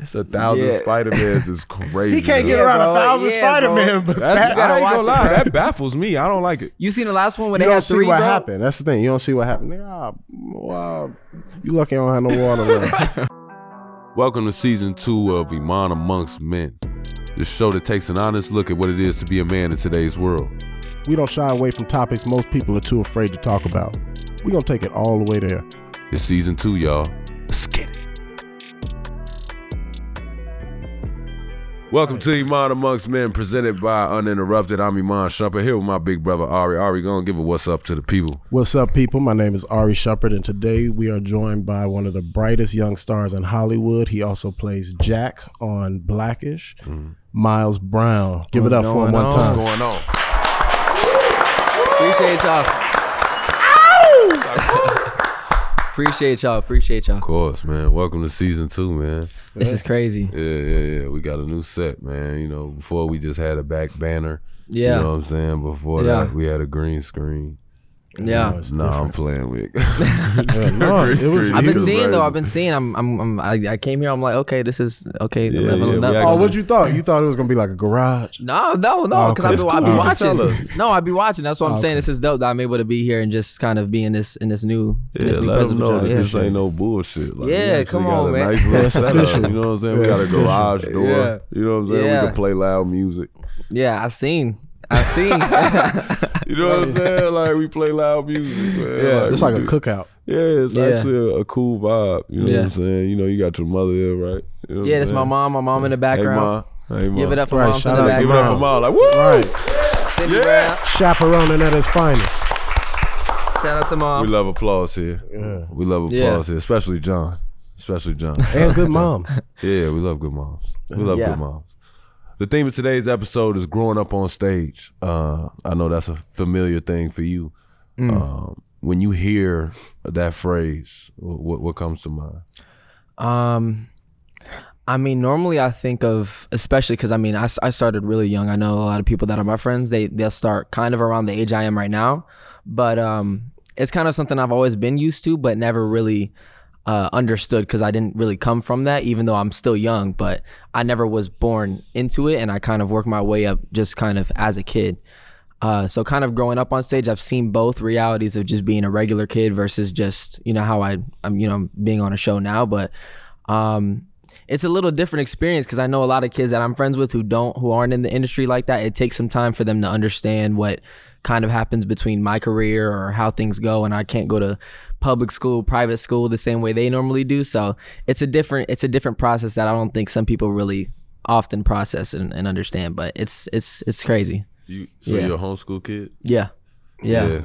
It's a thousand Yeah. Spider Mans is crazy. He can't get Yeah, around bro. a thousand Yeah, Spider Man, bro. but That's, that, I I ain't gonna lie. watch it. That baffles me. I don't like it. You seen the last one when You they don't had see three? what bro? happened. That's the thing. You don't see what happened. Nigga, ah, wow. You lucky I don't have no water left. Welcome to season two of Iman Amongst Men, the show that takes an honest look at what it is to be a man in today's world. we don't shy away from topics most people are too afraid to talk about. We're going to take it all the way there. It's season two, y'all. Let's get it. Welcome to Iman Amongst Men, presented by Uninterrupted. I'm Iman Shumper here with my big brother Ari. Ari, gonna give a what's up to the people. What's up, people? My name is Ari Shepard, and today we are joined by one of the brightest young stars in Hollywood. He also plays Jack on Blackish, Miles Brown. Give it Mm. What's up for going him one on? time. going on? Appreciate y'all. Appreciate y'all. Appreciate y'all. Of course, man. Welcome to season two, man. This is crazy. Yeah, yeah, yeah. We got a new set, man. You know, before we just had a back banner. Yeah. You know what I'm saying? Before Yeah. that, we had a green screen. yeah. It's Nah, I'm playing with. it. different. Yeah, no, it was- I've he been was seeing right. though. I've been seeing. I'm. I'm. I'm I, I came here. I'm like, okay, this is okay. Yeah, leveling yeah, up. we Oh, actually- what you thought? You thought it was going to be like a garage? No, no, Oh, no, okay. because It's I cool. be You can watching. tell us. No, I be watching. That's what I'm Oh, saying. okay. This is dope that I'm able to be here and just kind of be in this in this new Yeah, this new let them presence with know y'all. that Yeah. this ain't no bullshit. Like, we Yeah, actually come got on, a man. Nice little That's setup, official. You know what I'm saying? we Yeah, got a it's official. garage door. Yeah. You know what I'm saying? We Yeah. can play loud music. yeah, I seen. I seen. You know what I'm saying? Like we play loud music. Man. Yeah. It's we like a do- cookout. Yeah, it's Yeah. actually a, a cool vibe. You know what Yeah. I'm saying? You know, you got your mother here, right? You know what yeah, I'm that's my saying? mom. My mom in the Hey, background. ma. Hey, ma. Give it up for Right, mom shout in the out to Give it up for background. mom. Like, woo! Right. Cindy Yeah. Brown. Chaperoning at its finest. Shout out to We mom. love applause here. Yeah. We love Yeah. applause here, especially John. Especially John. And good moms. Yeah, we love good moms. We love Yeah. good moms. The theme of today's episode is growing up on stage. Uh, I know that's a familiar thing for you. Mm. Um, when you hear that phrase, what what comes to mind? Um, I mean, normally I think of, especially because I mean, I, s- I started really young. I know a lot of people that are my friends. They they'll start kind of around the age I am right now, but um, it's kind of something I've always been used to, but never really uh, understood because I didn't really come from that. Even though I'm still young, but I never was born into it, and I kind of worked my way up just kind of as a kid. Uh, so kind of growing up on stage, I've seen both realities of just being a regular kid versus just you know how I I'm you know being on a show now, but um, it's a little different experience because I know a lot of kids that I'm friends with who don't who aren't in the industry like that. It takes some time for them to understand what kind of happens between my career or how things go, and I can't go to public school, private school the same way they normally do. So it's a different it's a different process that I don't think some people really often process and, and understand. But it's it's it's crazy. You so Yeah. you're a homeschool kid? Yeah. Yeah.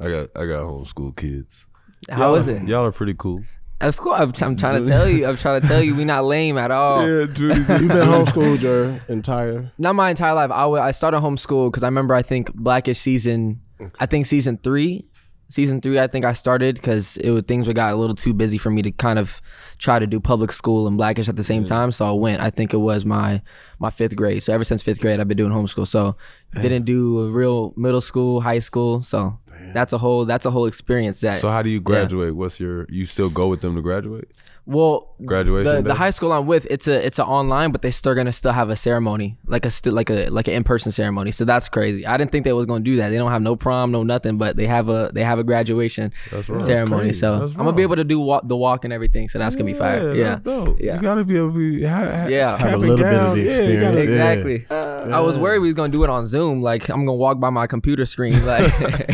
I got I got homeschool kids. How is it? Y'all are pretty cool. Of course, I'm, I'm trying to tell you. I'm trying to tell you, we not lame at all. Judy's You've been homeschooled your entire. Not my entire life. I wa- I started homeschool because I remember I think Blackish season, I think season three, season three. I think I started because it would, things would got a little too busy for me to kind of try to do public school and Blackish at the same time. So I went. I think it was my my fifth grade. So ever since fifth grade, I've been doing homeschool. So didn't do a real middle school, high school. So that's a whole that's a whole experience that. So how do you graduate? What's your you still go with them to graduate? well, Graduation the, day? the high school I'm with, it's a it's a online, but they still gonna still have a ceremony, like a still like a like an in person ceremony. So that's crazy. I didn't think they was gonna do that. They don't have no prom, no nothing, but they have a they have a graduation That's right. ceremony. That's so crazy. That's I'm gonna be wrong. able to do walk, the walk and everything. So that's gonna be fire. Yeah, that's dope. Yeah. You gotta be able to ha- ha- Yeah. cap Have a it little bit of down. the Yeah, you gotta- experience. Yeah. exactly. I was worried we was gonna do it on Zoom. Like I'm gonna walk by my computer screen. Like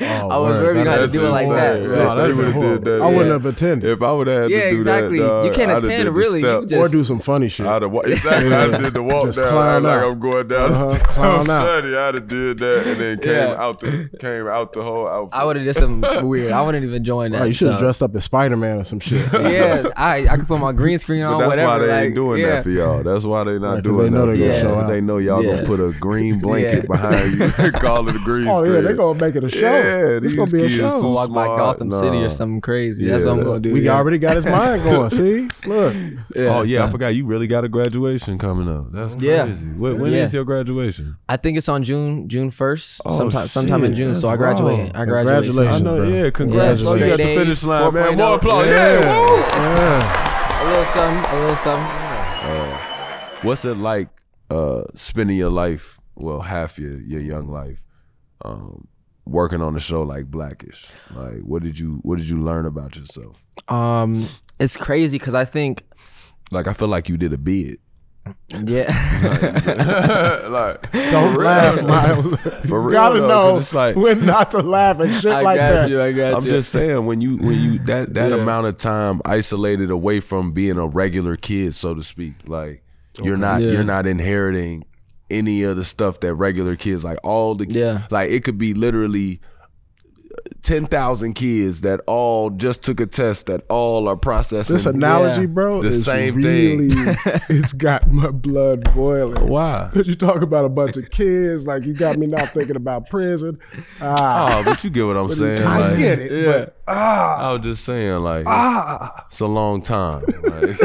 Oh, I was worried we that- got to That's do it like that. insane. Like, No, that's They would've horrible. did that. Yeah. I wouldn't have attended. If I would have had Yeah, to do exactly. that, dog, You can't I'd have did attend, the really. You steps. just- or do some funny shit. I'd have wa- exactly. I'd have did the walk Just down. climb I'd like out. I'm going down. Uh-huh, the climb steps. out. Shady. I'd have did that and then came Yeah. out the came out the whole outfit. I would have did something weird. I wouldn't even join that. Oh, you should have so. dressed up as Spider Man or some shit. Yeah, I I could put my green screen on. But that's whatever. why they like, ain't doing yeah. that for y'all. That's why they not Right, 'cause doing they know that. they for gonna y'all. show But They out. know y'all Yeah. gonna put a green blanket behind you and call it a green Oh yeah, screen. they're gonna make it a show. Yeah, it's gonna these be a kids show. too walk by smart. Gotham City Nah. or something crazy. That's Yeah, what I'm that- gonna Oh, do. we yeah. already got his mind going. See, look, oh yeah, I so- forgot you really got a graduation coming up. That's crazy. Yeah. When, when Yeah. is your graduation? I think it's on June June first, Oh, sometime sometime in shit, June. So that's I graduated. wrong. I graduated. Congratulations. I know. bro. Yeah, congratulations. Yeah, you got the days, finish line, man. 4.0. More applause. Yeah. woo! yeah. A little something, a little something. What's it like uh, spending your life, well, half your your young life, um, working on a show like Blackish? Like, what did you what did you learn about yourself? Um, it's crazy because I think, Like, I feel like you did a bid. yeah, like, Don't laugh, Miles. for you real gotta though, 'cause know it's like when not to laugh at shit I like got that. you, I got I'm you. just saying when you when you that that amount of time isolated away from being a regular kid, so to speak, like you're not Yeah. you're not inheriting any of the stuff that regular kids like all the Yeah. like it could be literally ten thousand kids that all just took a test that all are processing This analogy, Yeah. bro, The is same really, thing. it's got my blood boiling. why. Because you talk about a bunch of kids, like you got me not thinking about prison. Ah, Oh, but you get what I'm saying. I like, get it. Ah. Yeah, But, ah, I was just saying, like, it's a long time. like.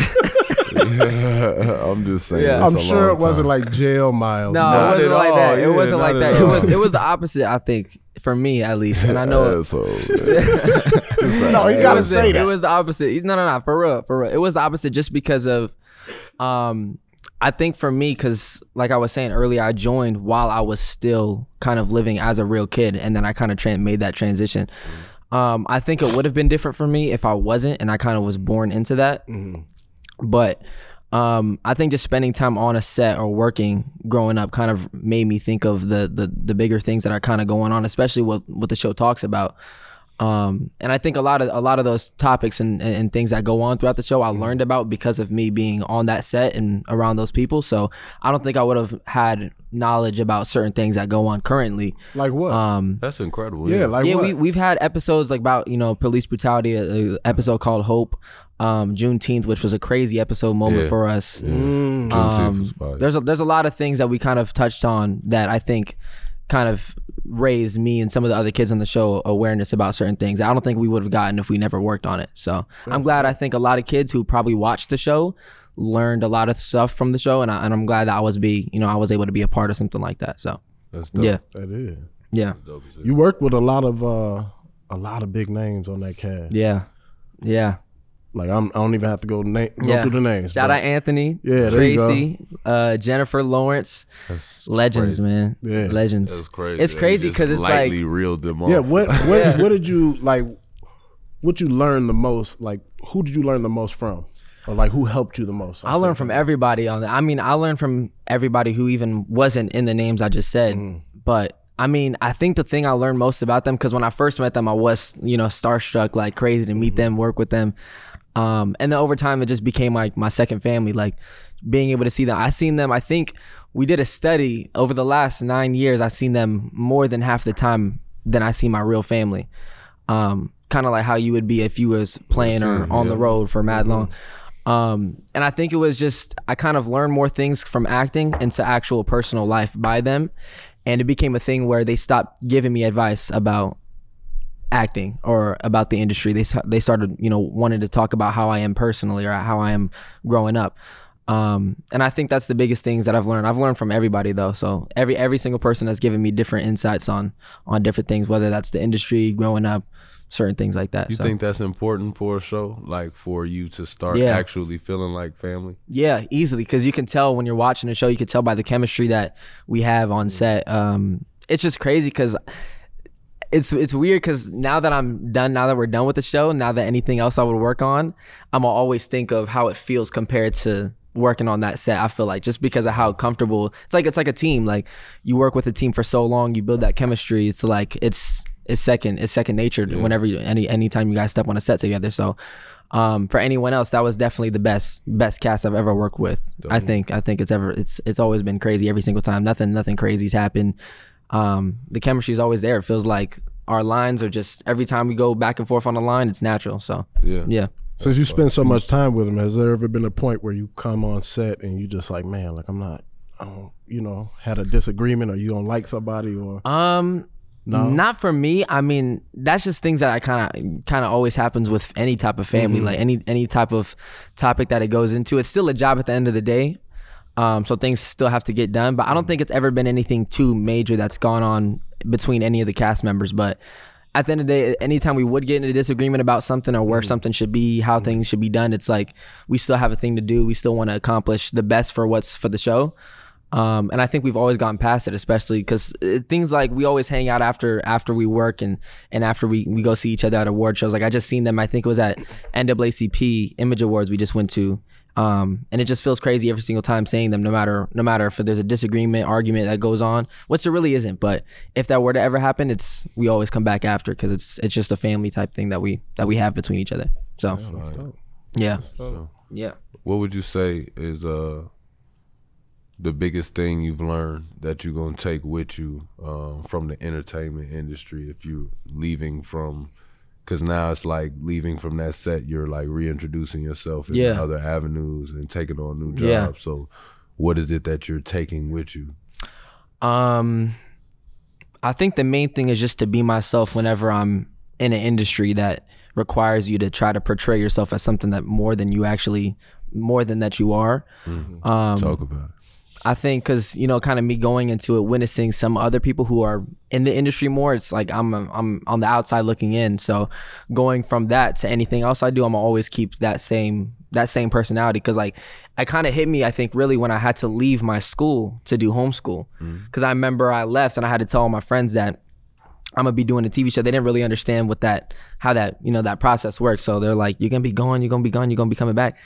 I'm just saying. Yeah. it's I'm a sure long it wasn't time. like jail miles. no, Not it wasn't at like that. all, It yeah, wasn't not like at that. It was, all. it was the opposite, I think, for me at least. And I know Asshole, man. Just like No, he it, gotta was, asshole. say it that. was the opposite. No, no, no, for real, for real. It was the opposite just because of, um, I think for me, because like I was saying earlier, I joined while I was still kind of living as a real kid, and then I kind of tra- made that transition. Um, I think it would have been different for me if I wasn't, and I kind of was born into that. Mm-hmm. But um, I think just spending time on a set or working growing up kind of made me think of the the, the bigger things that are kind of going on, especially what what the show talks about. Um, and I think a lot of a lot of those topics and, and, and things that go on throughout the show I learned about because of me being on that set and around those people. So I don't think I would have had knowledge about certain things that go on currently. Like what? Um, That's incredible. yeah, like yeah, what? we we've had episodes like about you know police brutality, a, a episode called Hope, um, Juneteenth, which was a crazy episode moment Yeah. for us. Juneteenth Um, was fire. there's a, there's a lot of things that we kind of touched on that I think kind of raised me and some of the other kids on the show awareness about certain things. I don't think we would have gotten if we never worked on it. So I'm glad. I think a lot of kids who probably watched the show learned a lot of stuff from the show, and, I, and I'm glad that I was be you know I was able to be a part of something like that. So That's dope. yeah, That is. yeah, Dope as hell. You worked with a lot of uh, a lot of big names on that cast. yeah, yeah. Like I'm, I don't even have to go name go Yeah. through the names. Shout but- out Anthony, Yeah, there you go. Tracy, uh, Jennifer Lawrence, That's legends, crazy. man, Yeah. legends. That's crazy. It's They crazy just 'cause it's lightly like- reeled them off. Yeah. What what what did you like? What you learned the most? Like who did you learn the most from? Or like who helped you the most? I learned from everybody on that. I mean, I learned from everybody who even wasn't in the names I just said. But I mean, I think the thing I learned most about them because when I first met them, I was you know starstruck like crazy to meet them, work with them, um, and then over time it just became like my second family. Like being able to see them, I seen them. I think we did a study over the last nine years. I seen them more than half the time than I see my real family. Um, kind of like how you would be if you was playing or on the road for mad long. Um, and I think it was just I kind of learned more things from acting into actual personal life by them, and it became a thing where they stopped giving me advice about acting or about the industry. They s- they started you know wanting to talk about how I am personally or how I am growing up. Um, and I think that's the biggest things that I've learned. I've learned from everybody though. So every every single person has given me different insights on on different things, whether that's the industry, growing up, certain things like that. You so. think that's important for a show? Like for you to start Yeah. actually feeling like family? Yeah, easily because you can tell when you're watching the show, you can tell by the chemistry that we have on set. Um, it's just crazy because it's it's weird because now that I'm done, now that we're done with the show, now that anything else I would work on, I'm gonna always think of how it feels compared to working on that set. I feel like just because of how comfortable it's like it's like a team. Like you work with a team for so long, you build that chemistry. It's like it's it's second it's second nature whenever you any anytime you guys step on a set together. So um, for anyone else, that was definitely the best best cast I've ever worked with. I think I think it's ever it's it's always been crazy every single time. Nothing nothing crazy's happened. Um, the chemistry is always there. It feels like our lines are just every time we go back and forth on the line, it's natural. So Yeah. yeah, Since you spend so much time with him, has there ever been a point where you come on set and you just like, man, like I'm not, I don't, you know, had a disagreement or you don't like somebody or um, no? Not for me. I mean, that's just things that I kind of kind of always happens with any type of family, like any any type of topic that it goes into. It's still a job at the end of the day. Um, so things still have to get done, but I don't think it's ever been anything too major that's gone on between any of the cast members, but at the end of the day, anytime we would get into disagreement about something or where something should be, how things should be done, it's like we still have a thing to do. We still want to accomplish the best for what's for the show. Um, and I think we've always gotten past it, especially because things like we always hang out after after we work and and after we, we go see each other at award shows. Like I just seen them. I think it was at NAACP Image Awards we just went to, um, and it just feels crazy every single time saying them. No matter no matter if there's a disagreement, argument that goes on, which there really isn't. But if that were to ever happen, it's we always come back after because it's it's just a family type thing that we that we have between each other. So yeah, So, yeah. what would you say is uh the biggest thing you've learned that you're gonna take with you um, from the entertainment industry if you're leaving from? Because now it's like leaving from that set, you're like reintroducing yourself in Yeah. other avenues and taking on new jobs. Yeah. So, what is it that you're taking with you? Um, I think the main thing is just to be myself whenever I'm in an industry that requires you to try to portray yourself as something that more than you actually, more than that you are. Um, Talk about it. I think because you know, kind of me going into it, witnessing some other people who are in the industry more. It's like I'm I'm on the outside looking in. So going from that to anything else I do, I'm always keep that same that same personality because like I kind of hit me. I think really when I had to leave my school to do homeschool because I remember I left and I had to tell all my friends that I'm gonna be doing a TV show. They didn't really understand what that, how that, you know, that process works. So they're like, you're gonna be gone, you're gonna be gone, you're gonna be coming back.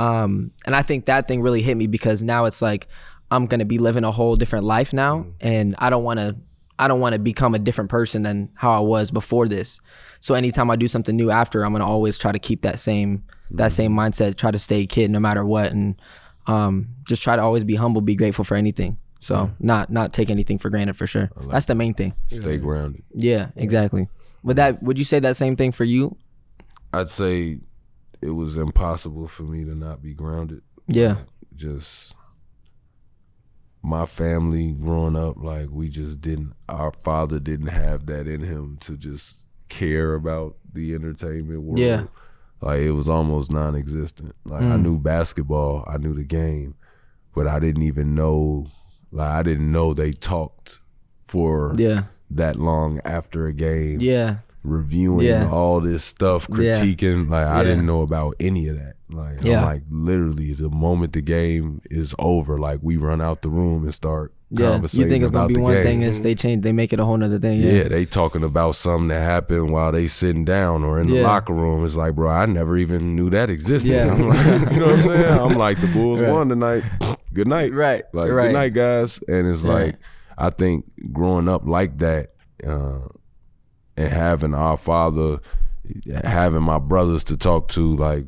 Um, and I think that thing really hit me because now it's like I'm gonna be living a whole different life now, and I don't want to, I don't want to become a different person than how I was before this. So anytime I do something new after, I'm gonna always try to keep that same, that same mindset. Try to stay a kid no matter what, and um, just try to always be humble, be grateful for anything. So not not take anything for granted for sure. That's the main thing. Stay grounded. Yeah, exactly. Would that would you say that same thing for you? I'd say it was impossible for me to not be grounded. Yeah. just my family growing up like we just didn't our father didn't have that in him to just care about the entertainment world Yeah. like it was almost non-existent like i Mm. knew basketball i knew the game but i didn't even know like i didn't know they talked for Yeah. that long after a game Yeah. reviewing Yeah. all this stuff, Yeah. critiquing. Like I Yeah. didn't know about any of that. Like Yeah. I'm like literally the moment the game is over, like we run out the room and start Yeah. conversating You think it's about gonna be the one game. thing is they change they make it a whole nother thing. yeah. Yeah. they talking about something that happened while they sitting down or in the Yeah. locker room. It's like, bro, I never even knew that existed. Yeah. I'm like, you know what I'm saying? I'm like, the Bulls won tonight. Good night. Right. Like, right. good night, guys. And it's Yeah. like, I think growing up like that uh, and having our father, having my brothers to talk to, like,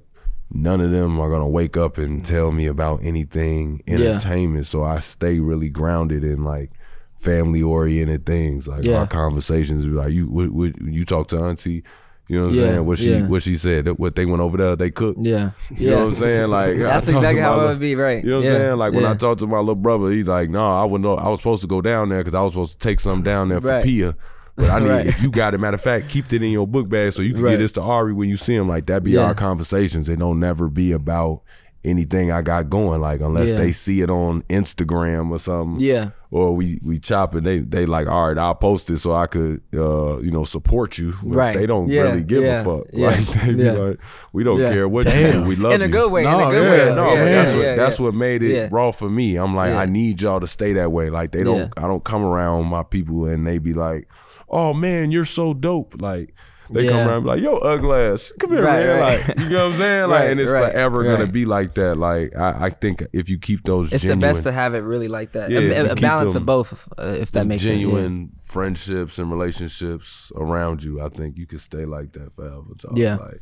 none of them are going to wake up and tell me about anything Yeah. entertainment. So I stay really grounded in, like, family oriented things. Like, Yeah. our conversations, be like, you what, what, you talk to auntie. You know what I'm Yeah, saying? What she yeah. what she said? that- What they went over there? They cooked. Yeah. You know what Yeah. I'm saying? Like I That's talk to exactly my how it little- would be, right? you know what yeah. I'm saying? Like when yeah. I talk to my little brother, he's like, "No, I wouldn't. know- I was supposed to go down there because I was supposed to take some down there for Right. Pia, but I need Right. if you got it. Matter of fact, keep it in your book bag so you can Right. get this to Ari when you see him. Like that be Yeah. our conversations. It don't never be about anything I got going. Like unless Yeah. they see it on Instagram or something, Yeah. or we we chop it. They they like, all right, I'll post it so I could uh you know support you. But Right. They don't Yeah. really give Yeah. a fuck. Yeah. Like they be Yeah. like, we don't Yeah. care what you Damn. do. We love In a you good way. in No, a good yeah, way. though. no, yeah, but that's yeah, what yeah. that's what made it Yeah. raw for me. I'm like, Yeah. I need y'all to stay that way. Like they don't, Yeah. I don't come around my people and they be like, oh man, you're so dope. Like they Yeah. come around and be like, yo, ugly ass, come here, Right, man. right. Like you know what I'm saying? Like Right, and it's right, forever gonna right. be like that. Like I, I think if you keep those, It's genuine, the best to have it really like that. Yeah, A- if you a, a keep balance them- of both, uh, if that makes sense. genuine friendships and relationships around you. I think you can stay like that forever. Dog. Yeah. Like,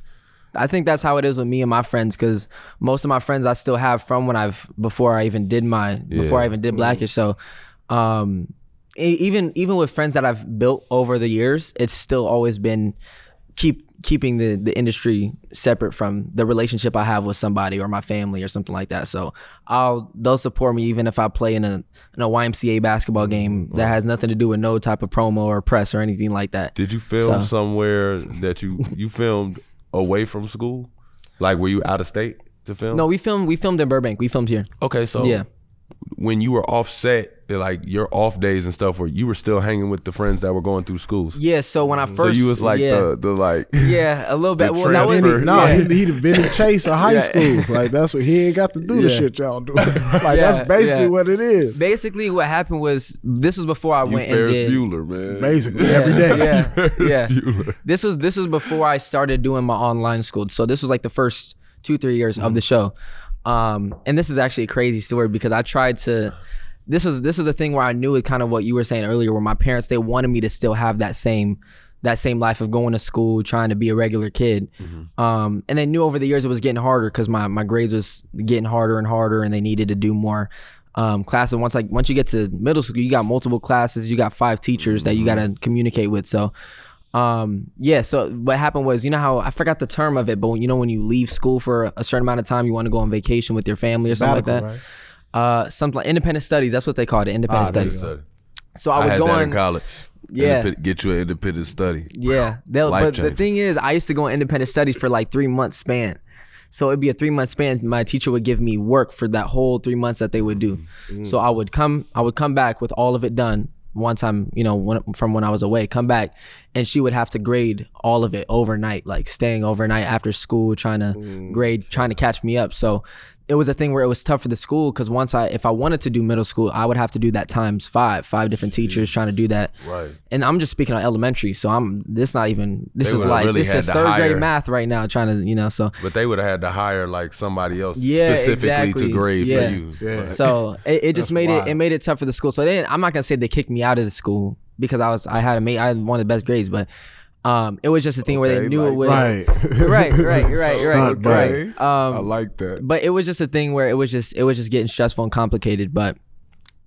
I think that's how it is with me and my friends because most of my friends I still have from when I've before I even did my before I even did Blackish. So, um, e- even even with friends that I've built over the years, it's still always been keep keeping the the industry separate from the relationship I have with somebody or my family or something like that. So I'll they'll support me even if I play in a in a YMCA basketball game that has nothing to do with no type of promo or press or anything like that. Did you film So- somewhere that you you filmed away from school? Like were you out of state to film? No, we filmed we filmed in Burbank. We filmed here. Okay, so Yeah. when you were offset, like your off days and stuff, where you were still hanging with the friends that were going through schools. Yeah, so when I first so you was like yeah, the the like yeah, a little bit. the Well, that was transfer. No, Yeah. he, he did Vinny Chase of high Yeah. school. Like that's what he ain't got to do the Yeah. shit y'all do. like Yeah, that's basically yeah. what it is. basically what happened was this was before I you went Ferris and did. Bueller, man. Basically Yeah, every day. Yeah, yeah. Bueller. This was this was before I started doing my online school. So this was like the first two three years of the show. Um, and this is actually a crazy story because I tried to. This was this was a thing where I knew it kind of what you were saying earlier, where my parents they wanted me to still have that same that same life of going to school, trying to be a regular kid. Um, and they knew over the years it was getting harder because my my grades was getting harder and harder, and they needed to do more um, classes. Once like once you get to middle school, you got multiple classes, you got five teachers that you got to communicate with. So um yeah so what happened was you know how i forgot the term of it but when, you know when you leave school for a certain amount of time you want to go on vacation with your family or something like that Sabbatical, right? uh something like independent studies that's what they call it Ah, independent studies so i I, was had that going in college. Yeah. Independ- get you an independent study. yeah they'll- Life but the changing. thing is i used to go on independent studies for like three months span so it'd be a three month span my teacher would give me work for that whole three months that they would do Mm-hmm. so i would come i would come back with all of it done one time you know when, from when i was away come back and she would have to grade all of it overnight like staying overnight after school trying to Mm. grade trying to catch me up so it was a thing where it was tough for the school because once i if i wanted to do middle school i would have to do that times five five different teachers trying to do that Right. and i'm just speaking on elementary so i'm this not even this They is would've like really this had is to third hire- grade math right now trying to you know so But they would have had to hire like somebody else Yeah, specifically exactly. to grade Yeah. for you. Yeah. so it, it just made it it wild. made it tough for the school. So they didn't, I'm not gonna say they kicked me out of the school because I was I had a mate I had one of the best grades, but um it was just a thing where Okay, they knew it like- was Right. right, right, right, right, Stunt, right. right. Um, I like that. but it was just a thing where it was just it was just getting stressful and complicated but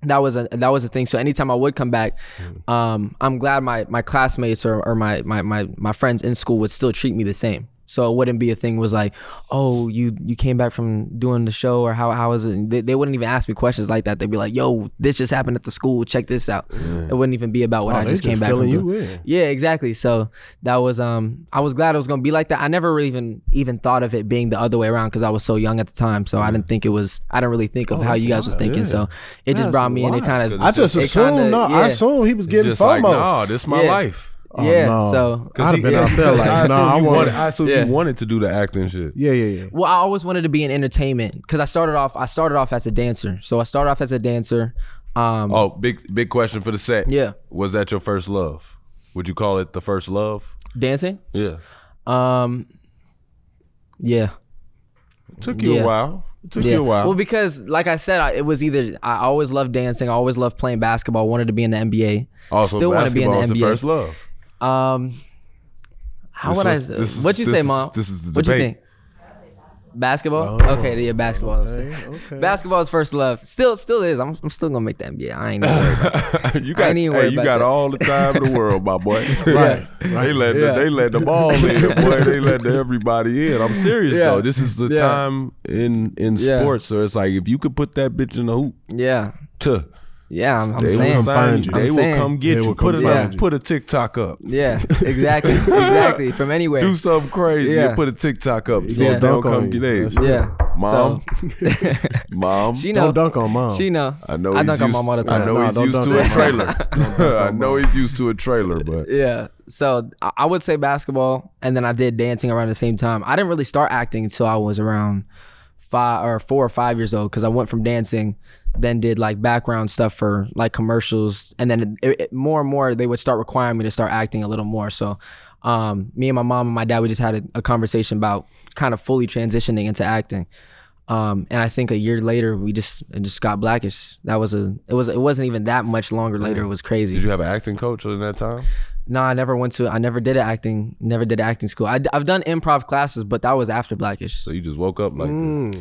that was a that was a thing so anytime i would come back Mm. um i'm glad my my classmates or, or my, my my my friends in school would still treat me the same so it wouldn't be a thing was like oh you you came back from doing the show or how how is it they, they wouldn't even ask me questions like that they'd be like yo this just happened at the school check this out it wouldn't even be about what Oh, i they just came back from filling doing. you in. Yeah, exactly. So that was um I was glad it was gonna be like that. I never really even even thought of it being the other way around because I was so young at the time. So I didn't think it was I didn't really Oh, think of how you guys was thinking. So it just That's brought me in. It wild. kind Cause of I just It assumed kinda- no, yeah. I assumed he was It's getting just FOMO. like, nah, this my Yeah. life. Oh, yeah. no. So I'd have been yeah. out there like, I nah, I assume you want- wanted, I assume Yeah. you wanted to do the acting shit. Yeah, yeah, yeah. Well, I always wanted to be in entertainment because I started off I started off as a dancer. So I started off as a dancer. Um Oh, big big question for the set. Yeah. Was that your first love? Would you call it the first love? dancing. Yeah. Um yeah. Took you Yeah. a while. It took Yeah. you a while. Well, because like I said, I, it was either I always loved dancing, I always loved playing basketball, wanted to be in the NBA. also, still wanna be in the Oh, basketball was the NBA. first love. Um, how This would was- I? this is- what'd you this say, is- mom? this is the What'd you debate. Oh, think? Basketball. okay, yeah, basketball. Okay, okay. Basketball is first love. Still, still is. I'm, I'm still gonna make the NBA. I ain't. Even worried about it. you got, ain't even worried hey, you about got that. all the time in the world, my boy. Right. They let Yeah. the, they let the ball in, boy. They let everybody in. I'm serious Yeah. though. This is the Yeah. time in in Yeah. sports, so it's like if you could put that bitch in the hoop, yeah, tuh, yeah. I'm, I'm they saying. will Come sign find you. you. They I'm will saying. come get They you. will Put come a find you. put a TikTok up. yeah, exactly, exactly. From anywhere. Do something crazy. Yeah. and put a TikTok up. So Yeah. if they don't Dunk on come you. get it. That's it. yeah, Mom, So, mom. she know. Don't dunk on mom. She know. I know. I he's dunk on used- mom all the time. I know Nah, he's don't used dunk to a on trailer. I know he's used to a trailer, but Yeah. So I I would say basketball, and then I did dancing around the same time. I didn't really start acting until I was around five or four or five years old because I went from dancing, then did like background stuff for like commercials, and then it, it- more and more they would start requiring me to start acting a little more. So. Um, me and my mom and my dad, we just had a, a conversation about kind of fully transitioning into acting. Um, and I think a year later, we just it just got blackish. That was a it was it wasn't even that much longer later. It was crazy. did you have an acting coach during that time? No, I never went to. I never did acting. Never did acting school. I, have done improv classes, but that was after Blackish. So you just woke up like Mm.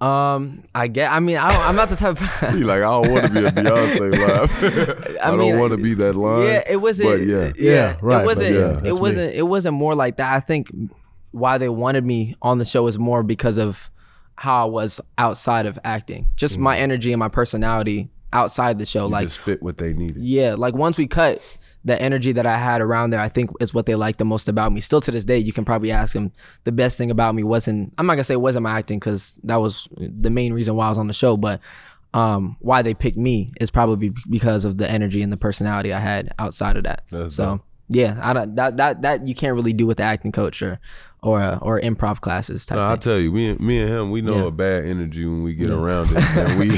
Um, I get. I mean, I don't, I'm not the type. this. Of, You like I don't want to be a Beyonce live. I, mean, don't want to be that line. yeah, it wasn't. But yeah, Yeah, right, It but wasn't. yeah, that's me. it wasn't. It wasn't more like that. I think why they wanted me on the show is more because of how I was outside of acting. Just my energy and my personality outside the show. Mm. you like just fit what they needed. Yeah, like once we cut, the energy that I had around there, I think is what they liked the most about me. Still to this day, you can probably ask them. The best thing about me wasn't I'm not gonna say it wasn't my acting because that was the main reason why I was on the show, but um, why they picked me is probably be- because of the energy and the personality I had outside of that. That's so yeah, I don't that that that you can't really do with the acting coach or or uh, or improv classes type. No, I thing. tell you, we me and him, we know Yeah. a bad energy when we get around it, and we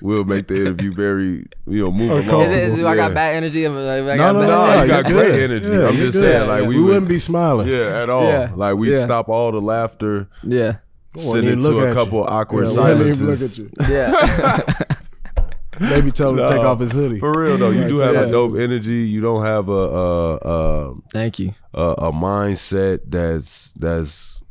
will make the interview very, you know, move along. Is it- is it- do I Yeah. got bad energy. Am I- I No, got no, bad no, energy? you got you're great good. energy. Yeah, I'm you're just good. saying, like we we wouldn't would- be smiling. Yeah, at all. Yeah. Like we would Yeah. stop all the laughter, Yeah, send it even look to at a couple awkward Yeah, we wouldn't silences. even look at you. yeah. Maybe tell him No. to take off his hoodie. For real though, you do Yeah. have a dope energy. You don't have a a, a Thank you. a a mindset that's that's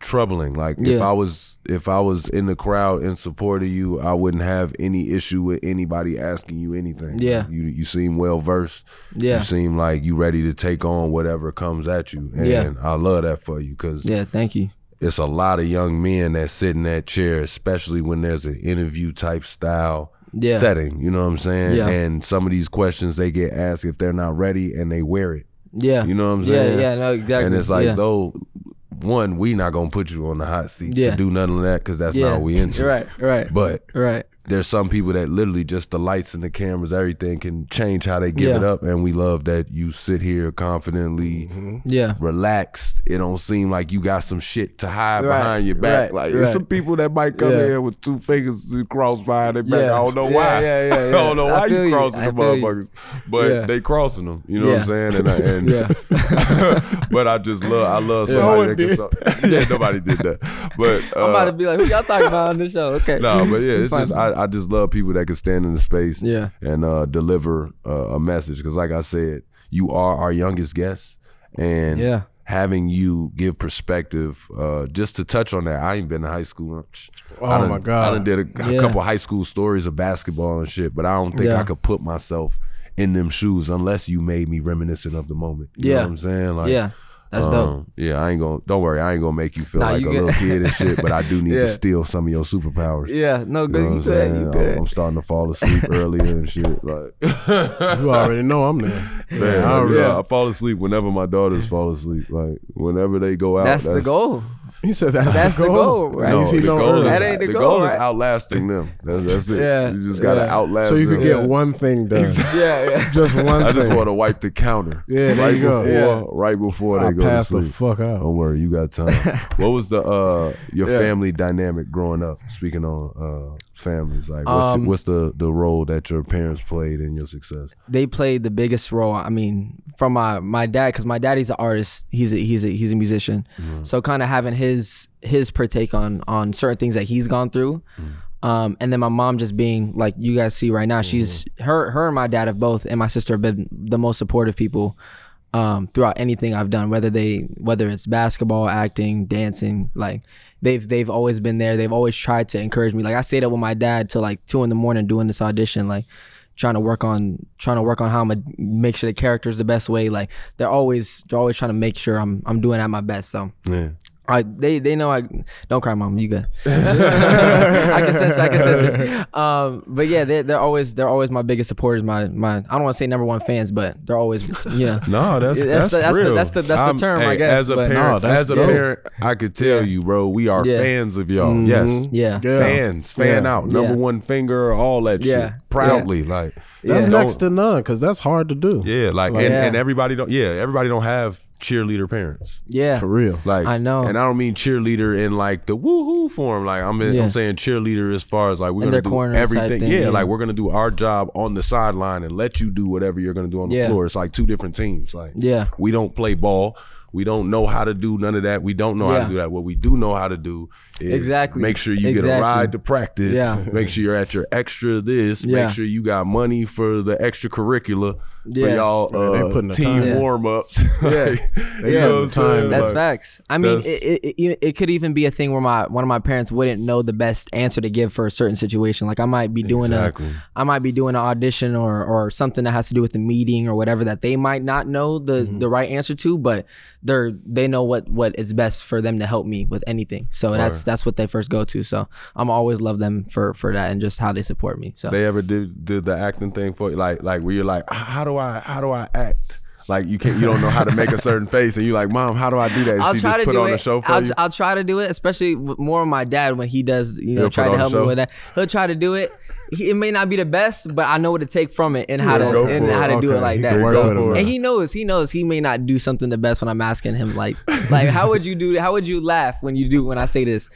troubling. Like if Yeah. I was if I was in the crowd in support of you, I wouldn't have any issue with anybody asking you anything. Yeah. you you seem well versed. Yeah, You seem like you ready to take on whatever comes at you, and Yeah. I love that for you because yeah. Thank you. it's a lot of young men that sit in that chair, especially when there's an interview type style Yeah. setting. You know what I'm saying? Yeah. And some of these questions they get asked if they're not ready, and they wear it. Yeah, You know what I'm yeah, saying? yeah. No, exactly. And it's like yeah. though, one, we not gonna put you on the hot seat Yeah. to do none of that because that's yeah. not what we into. right, right, But right. there's some people that literally just the lights and the cameras, everything can change how they give Yeah. it up, and we love that you sit here confidently. Yeah, uh, Relaxed. It don't seem like you got some shit to hide Right, behind your back. right, like right. there's some people that might come Yeah. in with two fingers crossed behind their back. Yeah. I don't know Yeah, why. yeah, yeah, I don't know yeah. I why feel you you. crossing I the feel you. motherfuckers, but Yeah. they crossing them. You know what I'm saying? And, I, and yeah. but I just love I love No somebody one that can did so, yeah, nobody did that. But I'm about to uh, be like, who y'all talking about on this show? Okay. no, but yeah, it's Fine. just I, I just love people that can stand in the space Yeah. and uh, deliver uh, a message because like I said, you are our youngest guest and Yeah. having you give perspective uh, just to touch on that. I ain't been to high school. Oh I done, my God. I done did a, a Yeah. couple high school stories of basketball and shit, but I don't think Yeah. I could put myself in them shoes unless you made me reminiscent of the moment. You know Yeah. what I'm saying? Like yeah, that's dope. um, Yeah, I ain't gonna. Don't worry, I ain't gonna make you feel Nah, like you a good. little kid and shit. But I do need Yeah. to steal some of your superpowers. You Yeah, no, know what good. You I'm good? You saying? I'm, good? I'm starting to fall asleep earlier and shit. Like, You already know I'm there. man, I like, don't yeah, know. I fall asleep whenever my daughters fall asleep. Like, whenever they go out, That's, the goal. He said that's, That's the goal, right? No, You see the no goal, early. is, That ain't the the goal, goal, is right? outlasting them. That's, that's it. Yeah, You just gotta yeah. outlast. So you could them. get one thing done. Yeah, yeah. Just one I just thing. want to wipe the counter. Yeah, there right you go. before, Yeah. right before I they go to passed the sleep. fuck out. Don't worry, you got time. what was the uh your Yeah. family dynamic growing up? Speaking on uh families, like what's, Um, what's the the role that your parents played in your success? they played the biggest role. I mean, from my my dad, because my daddy's an artist. He's a he's a he's a musician. So kind of having his his partake on on certain things that he's gone through, um, and then my mom just being like you guys see right now. She's her her and my dad have both, and my sister have been the most supportive people um, throughout anything I've done, whether they whether it's basketball, acting, dancing, like they've they've always been there. They've always tried to encourage me. Like I stayed up with my dad till like two in the morning doing this audition, like trying to work on trying to work on how I'm gonna make sure the character is the best way. Like they're always they're always trying to make sure I'm I'm doing at my best. So Yeah. I they they know I don't cry, mom. You good? I can sense. I can sense it. Um, but yeah, they they're always they're always my biggest supporters. My my I don't want to say number one fans, but they're always yeah. No, that's Yeah, that's that's the- that's the- real. that's the- that's the I'm- term, I hey, guess, As a but- parent, No, that's as a dope. parent, I could tell you, bro, we are Yeah. Mm-hmm. fans of y'all. Mhm. Yes. Yeah. Yeah. Fans, fan Yeah. out, number Yeah. one finger, all that Yeah. shit, proudly, like That's Yeah. next Don't- to none because that's hard to do. yeah, like, and, Yeah. and everybody don't, yeah, everybody don't have cheerleader parents. Yeah. For real. Like I know. and I don't mean cheerleader in like the woohoo form. Like I'm, in, Yeah. I'm saying cheerleader as far as like we're In gonna their do corner type everything. thing, yeah, yeah. like we're gonna do our job on the sideline and let you do whatever you're gonna do on the Yeah. floor. It's like two different teams. Like Yeah. we don't play ball. We don't know how to do none of that. We don't know how Yeah. to do that. What we do know how to do is Exactly. make sure you get a Exactly. ride to practice. Yeah. Make sure you're at your extra this. Yeah. Make sure you got money for the extracurricular for Yeah. y'all Man, they uh, putting the team time. warm ups. Yeah. They Yeah. put the time. That's Like, facts. I mean, that's- it, it, it, it could even be a thing where my one of my parents wouldn't know the best answer to give for a certain situation. Like I might be doing Exactly. a, I might be doing an audition or or something that has to do with the meeting or whatever that they might not know the the right answer to, but they're they know what what is best for them to help me with anything. So that's that's what they first go to. So I'm always love them for for that and just how they support me. So they ever did did the acting thing for you like like where you're like "H- how do i how do i act like you can't you don't know how to make a certain face and you're like mom how do i do that and I'll she try just to put do on it. a show for I'll, you I'll try to do it, especially w- more on my dad when he does, you know, He'll try put to on a help me show? with that. He'll try to do it, he, it may not be the best, but I know what to take from it and how Yeah, go to and for it. how to do Okay, it like he that. can work So- with it, and yeah. he knows, he knows, he may not do something the best when I'm asking him like, like how would you do? How would you laugh when you do when I say this?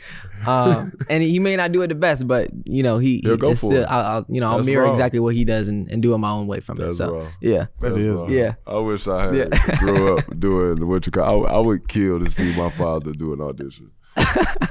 Um, and he may not do it the best, but you know he, Yeah, he- go it's for still, it. I'll, I'll you know I'll That's mirror raw. exactly what he does and, and do it my own way from That's it. So raw. yeah, That is. That's yeah. I wish I had Yeah. grew up doing what you call. I, I would kill to see my father do an audition.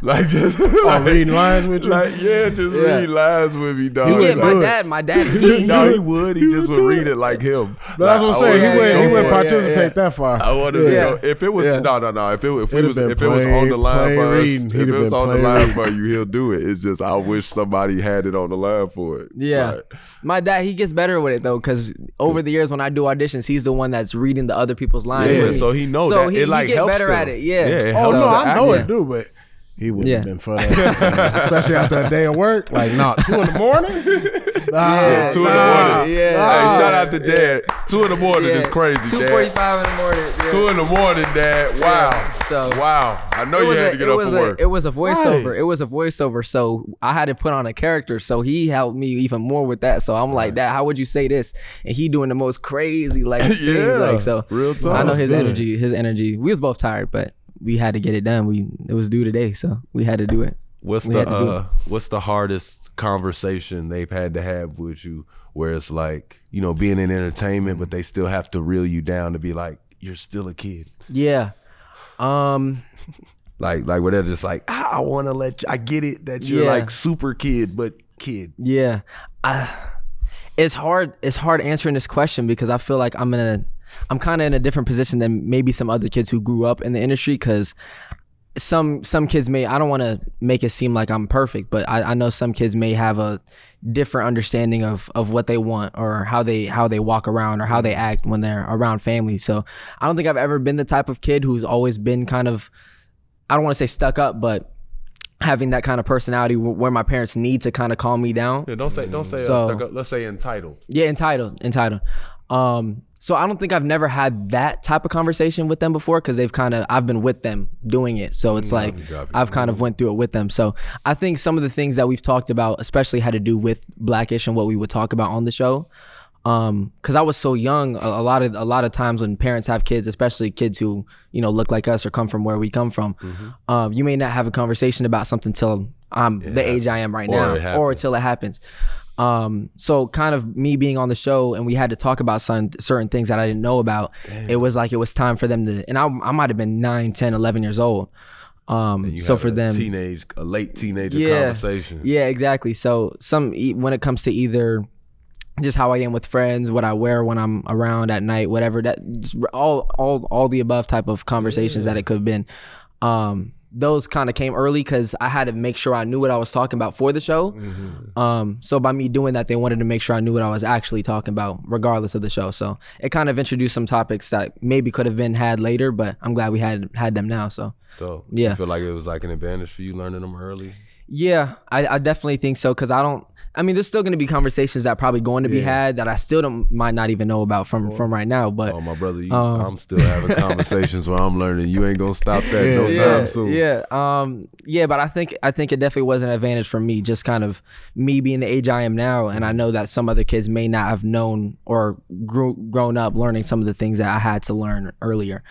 like just I'm like, Oh, reading lines with you. like yeah, just Yeah. read lines with me, dog. He Yeah, went like, my good. dad, my dad, he, he- no, he would. He just would read it like him. But that's what Like, I'm I saying. He wouldn't wouldn't, he go yeah, wouldn't for it. participate yeah, yeah. that far. I wanted Yeah. to know if it was Yeah. no no no if it if it It'd was have been if it was on the plain- line plain for us reading. if He'd it have was been on the plain line reading. for you he'll do it. It's just I wish somebody had it on the line for it. Yeah. Like, My dad, he gets better with it though, because over the years when I do auditions, he's the one that's reading the other people's lines. yeah. with me. So he knows So that he- it he like get helps better them. at it, yeah. it Oh helps no, the I know actor. it do, but he wouldn't Yeah. have been for that, especially after a day of work. Like, nah, two in the morning. Nah, Yeah, Two in the nah, morning. Yeah. Hey, shout out to Yeah. Dad. Two in the morning is crazy, Two Dad. forty-five in the morning. yeah. Two in the morning, Dad. Wow. Yeah, so- wow. I know It you was had a- to get it up was for a- work. It was a voiceover. Right. It was a voiceover. So I had to put on a character. So he helped me even more with that. So I'm like, that. How would you say this? And he doing the most crazy like Yeah. things. Like so, Real talk. I know That's his good. energy. His energy. We was both tired, but we had to get it done. We it was due today, so we had to do it. What's We the had to do uh, what's the hardest conversation they've had to have with you where it's like, you know, being in entertainment, but they still have to reel you down to be like, you're still a kid. Yeah. Um. Like like where they're just like, ah, I wanna let you I get it that you're Yeah. like super kid, but kid. Yeah. I, it's hard it's hard answering this question because I feel like I'm in a I'm kind of in a different position than maybe some other kids who grew up in the industry cuz some some kids may I don't want to make it seem like I'm perfect, but I, I know some kids may have a different understanding of of what they want or how they how they walk around or how they act when they're around family. So I don't think I've ever been the type of kid who's always been kind of I don't want to say stuck up, but having that kind of personality wh- where my parents need to kind of calm me down. Yeah, don't say don't say uh, So- stuck up. Let's say entitled. Yeah, entitled, entitled. Um, so I don't think I've never had that type of conversation with them before because they've kind of I've been with them doing it, so it's like copy. I've kind of went through it with them. So I think some of the things that we've talked about, especially had to do with Blackish and what we would talk about on the show, um, because I was so young. A, a lot of a lot of times when parents have kids, especially kids who you know look like us or come from where we come from, Mm-hmm. um, you may not have a conversation about something till I'm the age I am right Or it now, or happens. till it happens. Um, so kind of me being on the show and we had to talk about some certain things that I didn't know about. It was like it was time for them to, and I, I might have been 9, 10, 11 years old. Um, You so have for a them, teenage a late teenager Yeah. conversation. yeah, exactly. So some e- when it comes to either just how I am with friends, what I wear when I'm around at night, whatever that just r- all all all the above type of conversations that it could have been. Um, those kind of came early because I had to make sure I knew what I was talking about for the show. Um, so by me doing that, they wanted to make sure I knew what I was actually talking about, regardless of the show. So it kind of introduced some topics that maybe could have been had later, but I'm glad we had had them now. So So Yeah. you feel like it was like an advantage for you learning them early. yeah, I, I definitely think so because I don't. I mean, there's still going to be conversations that probably going to be had that I still don't might not even know about from from right now. But Oh my brother, you, Um, I'm still having conversations where I'm learning. You ain't gonna stop that no Yeah. time yeah, soon. yeah, um, yeah. But I think I think it definitely was an advantage for me, just kind of me being the age I am now, and I know that some other kids may not have known or grew, grown up learning some of the things that I had to learn earlier.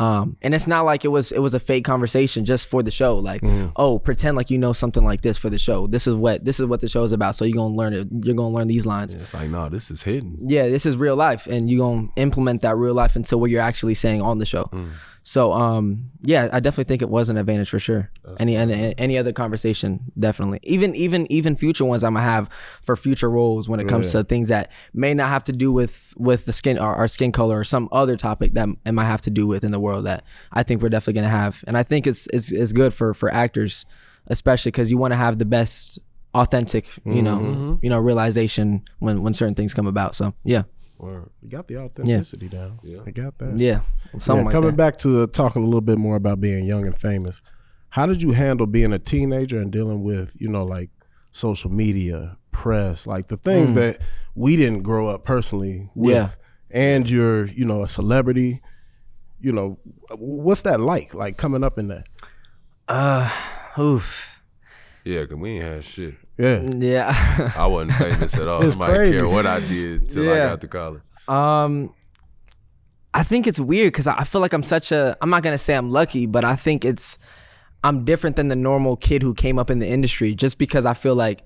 Um, and it's not like it was it was a fake conversation just for the show. Like, oh, pretend like you know something like this for the show. This is what this is what the show is about. So you're gonna learn it. You're gonna learn these lines It's like, nah, this is hidden. yeah, this is real life, and you're gonna implement that real life into what you're actually saying on the show. So, um, yeah, I definitely think it was an advantage for sure. Any, any any other conversation, definitely. Even even even future ones I'm gonna have for future roles when it comes to things that may not have to do with with the skin or our skin color or some other topic that it might have to do with in the world that I think we're definitely gonna have, and I think it's it's it's good for for actors, especially because you want to have the best authentic you know Mm-hmm. you know realization when when certain things come about so yeah Word. You got the authenticity down. Yeah. I got that. yeah something Yeah, like coming that. back to talking a little bit more about being young and famous, how did you handle being a teenager and dealing with, you know, like social media, press, like the Mm. things that we didn't grow up personally with? Yeah. And you're, you know, a celebrity. You know, what's that like? Like coming up in that? uh oof Ah, Yeah, cause we ain't had shit. Yeah. Yeah. I wasn't famous at all. It's Nobody crazy. cared what I did till I Yeah. got to college. Um, I think it's weird because I I feel like I'm such a. I'm not gonna say I'm lucky, but I think it's. I'm different than the normal kid who came up in the industry, just because I feel like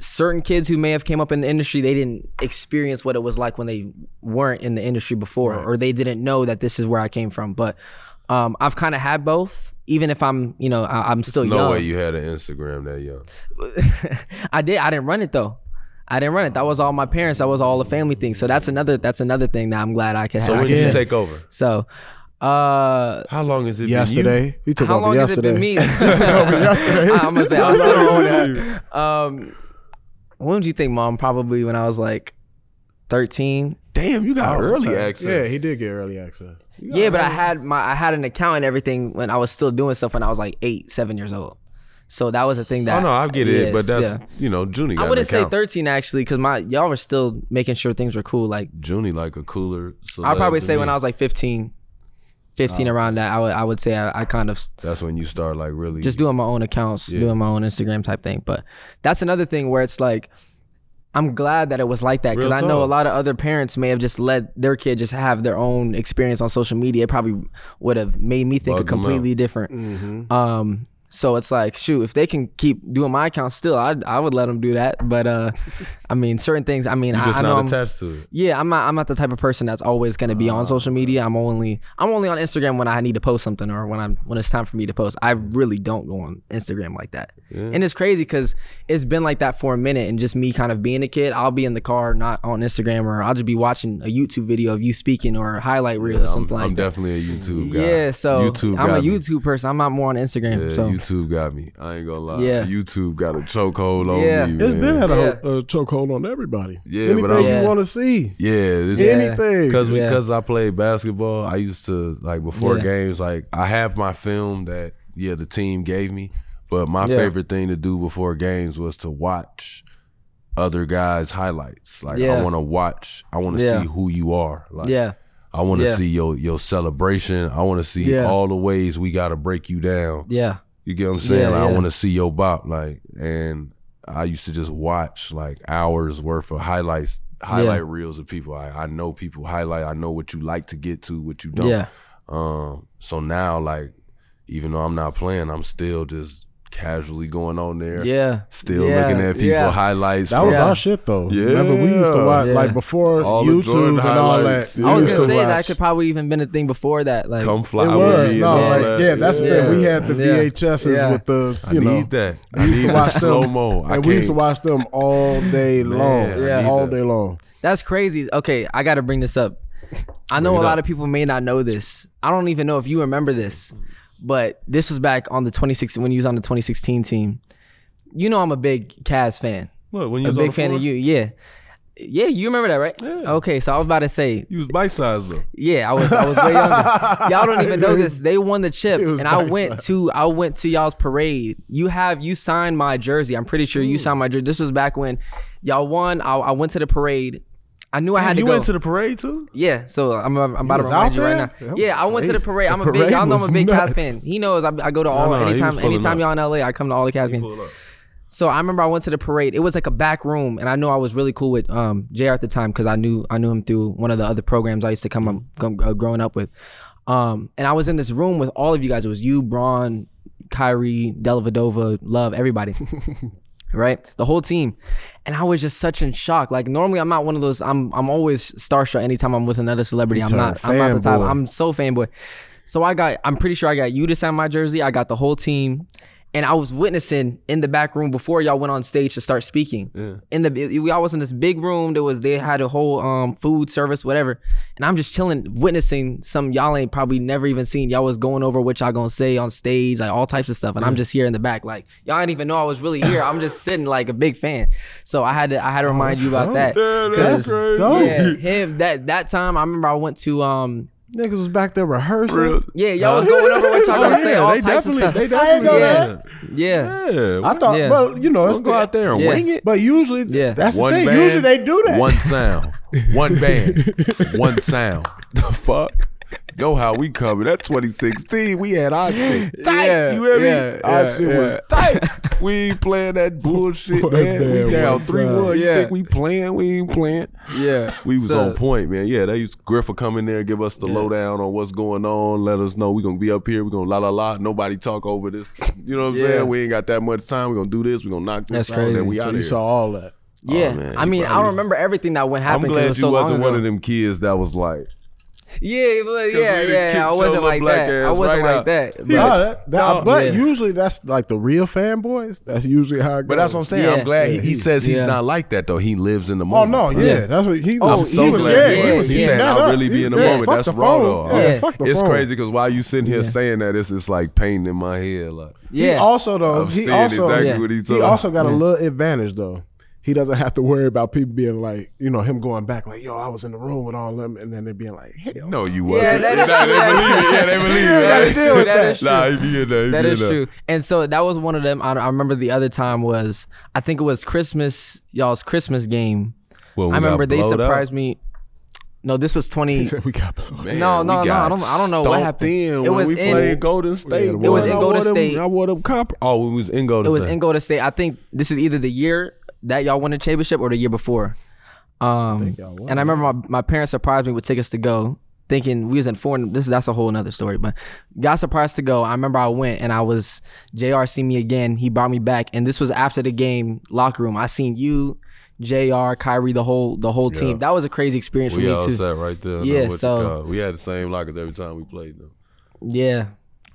certain kids who may have came up in the industry, they didn't experience what it was like when they weren't in the industry before, or they didn't know that this is where I came from. But um, I've kind of had both. Even if I'm, you know, I, I'm still No young. way you had an Instagram that young. I did. I didn't run it though. I didn't run it. That was all my parents. That was all a family thing. So that's another. That's another thing that I'm glad I could So have. when did Yeah. you take over? So, uh, How long has it been? you? Yesterday. He took how over long has it yesterday. been me? yesterday. I'm gonna say, I'm I still don't on know. that. Um, when do you think, mom? Probably when I was like 13. Damn, you got early Oh, Okay. access. Yeah, he did get early access. Yeah, but I had my I had an account and everything when I was still doing stuff when I was like eight, seven years old. So that was a thing that. Oh no, I get it, but Yes, that's yeah. you know, Junie got I wouldn't an say account. 13 actually, because my y'all were still making sure things were cool. Like Junie like a cooler. I'd probably say when I was. was like Oh. 15, 15 around that. I would I would say I, I kind of That's when you start like really just doing my own accounts, Yeah. doing my own Instagram type thing. But that's another thing where it's like, I'm glad that it was like that because Real I know a talk. lot of other parents may have just let their kid just have their own experience on social media. It probably would have made me think a Bugged 'em out. completely different. Um, so it's like, shoot, if they can keep doing my account still, I I would let them do that. But uh, I mean, certain things. I mean, You're I, just I know not I'm- attached to it. yeah, I'm not. I'm not the type of person that's always gonna be Ah, on social media. I'm only. I'm only on Instagram when I need to post something or when I'm when it's time for me to post. I really don't go on Instagram like that. And it's crazy because it's been like that for a minute. And just me kind of being a kid, I'll be in the car, not on Instagram, or I'll just be watching a YouTube video of you speaking or a highlight reel I'm- or something I'm, like that. definitely a YouTube guy. Yeah, so YouTube I'm got a me. YouTube person. I'm not more on Instagram. Yeah, so YouTube got me. I ain't gonna lie. Yeah. YouTube got a chokehold on Yeah. me. It's man. been had a, Yeah. a chokehold on everybody. Yeah, Anything but I'm- Yeah. you want to see. yeah, this Anything. Because Yeah. because I played basketball, I used to like before Yeah. games. Like I have my film that yeah the team gave me, but my Yeah. favorite thing to do before games was to watch other guys' highlights. Like Yeah. I want to watch. I want to Yeah. see who you are. Like yeah, I want to Yeah. see your your celebration. I want to see Yeah. all the ways we got to break you down. yeah, You get what I'm saying? Yeah, Like, I yeah. want to see your bop. Like, and I used to just watch like hours worth of highlights, highlight reels of people. I, I know people highlight. I know what you like to get to, what you don't. yeah, Um. So now, like, even though I'm not playing, I'm still just casually going on there. yeah. Still Yeah. looking at people Yeah. highlights. That from- was Yeah. our shit though. Yeah. Remember we used to watch Yeah. like before All the YouTube Jordan and all highlights. that. Yeah. I was we used gonna to say that watch. could probably even been a thing before that. Like come fly it with was. me. No, and all like, that. yeah, that's the Yeah. thing. We had the Yeah. VHSs Yeah. with the I you need know that. I used to need the watch them, slow mo. I and we used to can't- watch them all day long. I Yeah. need all that. day long. That's crazy. Okay, I got to bring this up. I know a lot of people may not know this. I don't even know if you remember this, but this was back on the 2016 when you was on the 2016 team. You know I'm a big Cavs fan. What, when you A was on big the fan of floor? you. Yeah. Yeah, you remember that, right? Okay, so I was about to say, You was bite sized though. yeah, I was I was way younger. Y'all don't even know this. They won the chip, was and I nice, went to I went to y'all's parade. You have you signed my jersey. I'm pretty sure you signed my jersey. This was back when y'all won. I, I went to the parade. I knew I had to You go. went to the parade too? Yeah, so I'm, I'm about to was remind out you there? right now. That was Yeah, I went to the crazy. parade. I'm The a big, y'all parade know I'm a was big Cavs nuts. fan. He knows I, I go to all no, he was anytime pulling anytime up. y'all in LA, I come to all the Cavs games. up. So I remember I went to the parade. It was like a back room, and I know I was really cool with um, Jr. at the time because I knew I knew him through one of the other programs I used to come up Mm-hmm. come- uh, growing up with. Um, and I was in this room with all of you guys. It was you, Braun, Kyrie, Delavadova, Love, everybody. right? The whole team. And I was just such in shock. Like normally I'm not one of those I'm I'm always starstruck anytime I'm with another celebrity. I'm not I'm not the type. fanboy. I'm so fanboy. So I got I'm pretty sure I got you to sign my jersey. I got the whole team. And I was witnessing in the back room before y'all went on stage to start speaking. In the we all was in this big room. There was they had a whole um food service, whatever. And I'm just chilling, witnessing some y'all ain't probably never even seen. Y'all was going over what y'all gonna say on stage, like all types of stuff. And I'm just here in the back, like y'all didn't even know I was really here. I'm just sitting like a big fan. So I had to I had to remind you about that. that's 'cause- crazy. dope. Yeah, him that that time I remember I went to um Niggas was back there rehearsing. yeah y'all was going over what y'all Oh, gonna say yeah, all they types of definitely, stuff. they I didn't definitely, know yeah. that. yeah. Yeah, I thought, Yeah. well, you know, it's Let's go out there and Yeah. wing it. But usually, Yeah. that's One the thing. band, usually they do that. One sound, one band, one sound. The fuck? Go how we coming. That 2016, we had our shit tight. Yeah, you hear me? yeah, our yeah, shit was tight. We ain't playing that bullshit, Boy, man. man, We down what's three up? one. You uh, Yeah. think we playing? We ain't playing. yeah. We was So- on point, man. Yeah, they used Griff would come in there, give us the lowdown on what's going on, let us know we gonna be up here, we gonna la la la. Nobody talk over this. You know what I'm Yeah. saying? We ain't got that much time. We gonna do this. We gonna knock this That's out. crazy. Then we out You here. saw all that. Yeah, Oh, man, I he mean, I probably- remember everything that went I'm happened because it glad was you so long wasn't ago. one of them kids that was like, Yeah, but we yeah, done kicked yeah. your I wasn't little like black that. I ass wasn't right like out. that. but- Nah, that, that, No, but yeah. usually that's like the real fanboys. That's usually how. It but that's what I'm saying. I'm Yeah. glad he, he says he's Yeah. not like that though. He lives in the Oh moment. no, yeah, that's what he. Oh, Was, I'm he so was, glad. Yeah, he, he was. was. He yeah. said, yeah, "I that- really be in the yeah, moment." fuck That's the raw phone. though. Yeah, Yeah. fuck the it's phone. crazy because while you sitting here saying that, it's it's like pain in my head. Like He yeah, also though, I'm he seeing also exactly yeah. what he's talking. he also got a little advantage though. He doesn't have to worry about people being like, you know, him going back like, "Yo, I was in the room with all them," and then they being like, "Hell, No, you wasn't. that Nah, is- they believe it. Yeah, they believe it. gotta deal with that is true. Nah, he be in there. he that be is in there. true. And so that was one of them. I, I remember the other time was I think it was Christmas, y'all's Christmas game. Well, we I remember got they blowed up. surprised me. No, this was twenty. He said, we got blown." Man, No, we no, no, got I don't- I don't know what stomped happened. in It when was we in- played Golden State. it boy. was in I wore Golden them- State. I wore them copper. Oh, we was in Golden. It was State. in Golden State. I think this is either the year that y'all won the championship or the year before. Um, and I remember my, my parents surprised me with tickets to go, thinking we was in foreign. This that's a whole nother story, but got surprised to go. I remember I went and I was Jr. seen me again. He brought me back, and this was after the game locker room. I seen you, Jr. Kyrie, the whole the whole team. That was a crazy experience for We me all too. sat right there. in Yeah, the what you so- call it. we had the same lockers every time we played them. Yeah,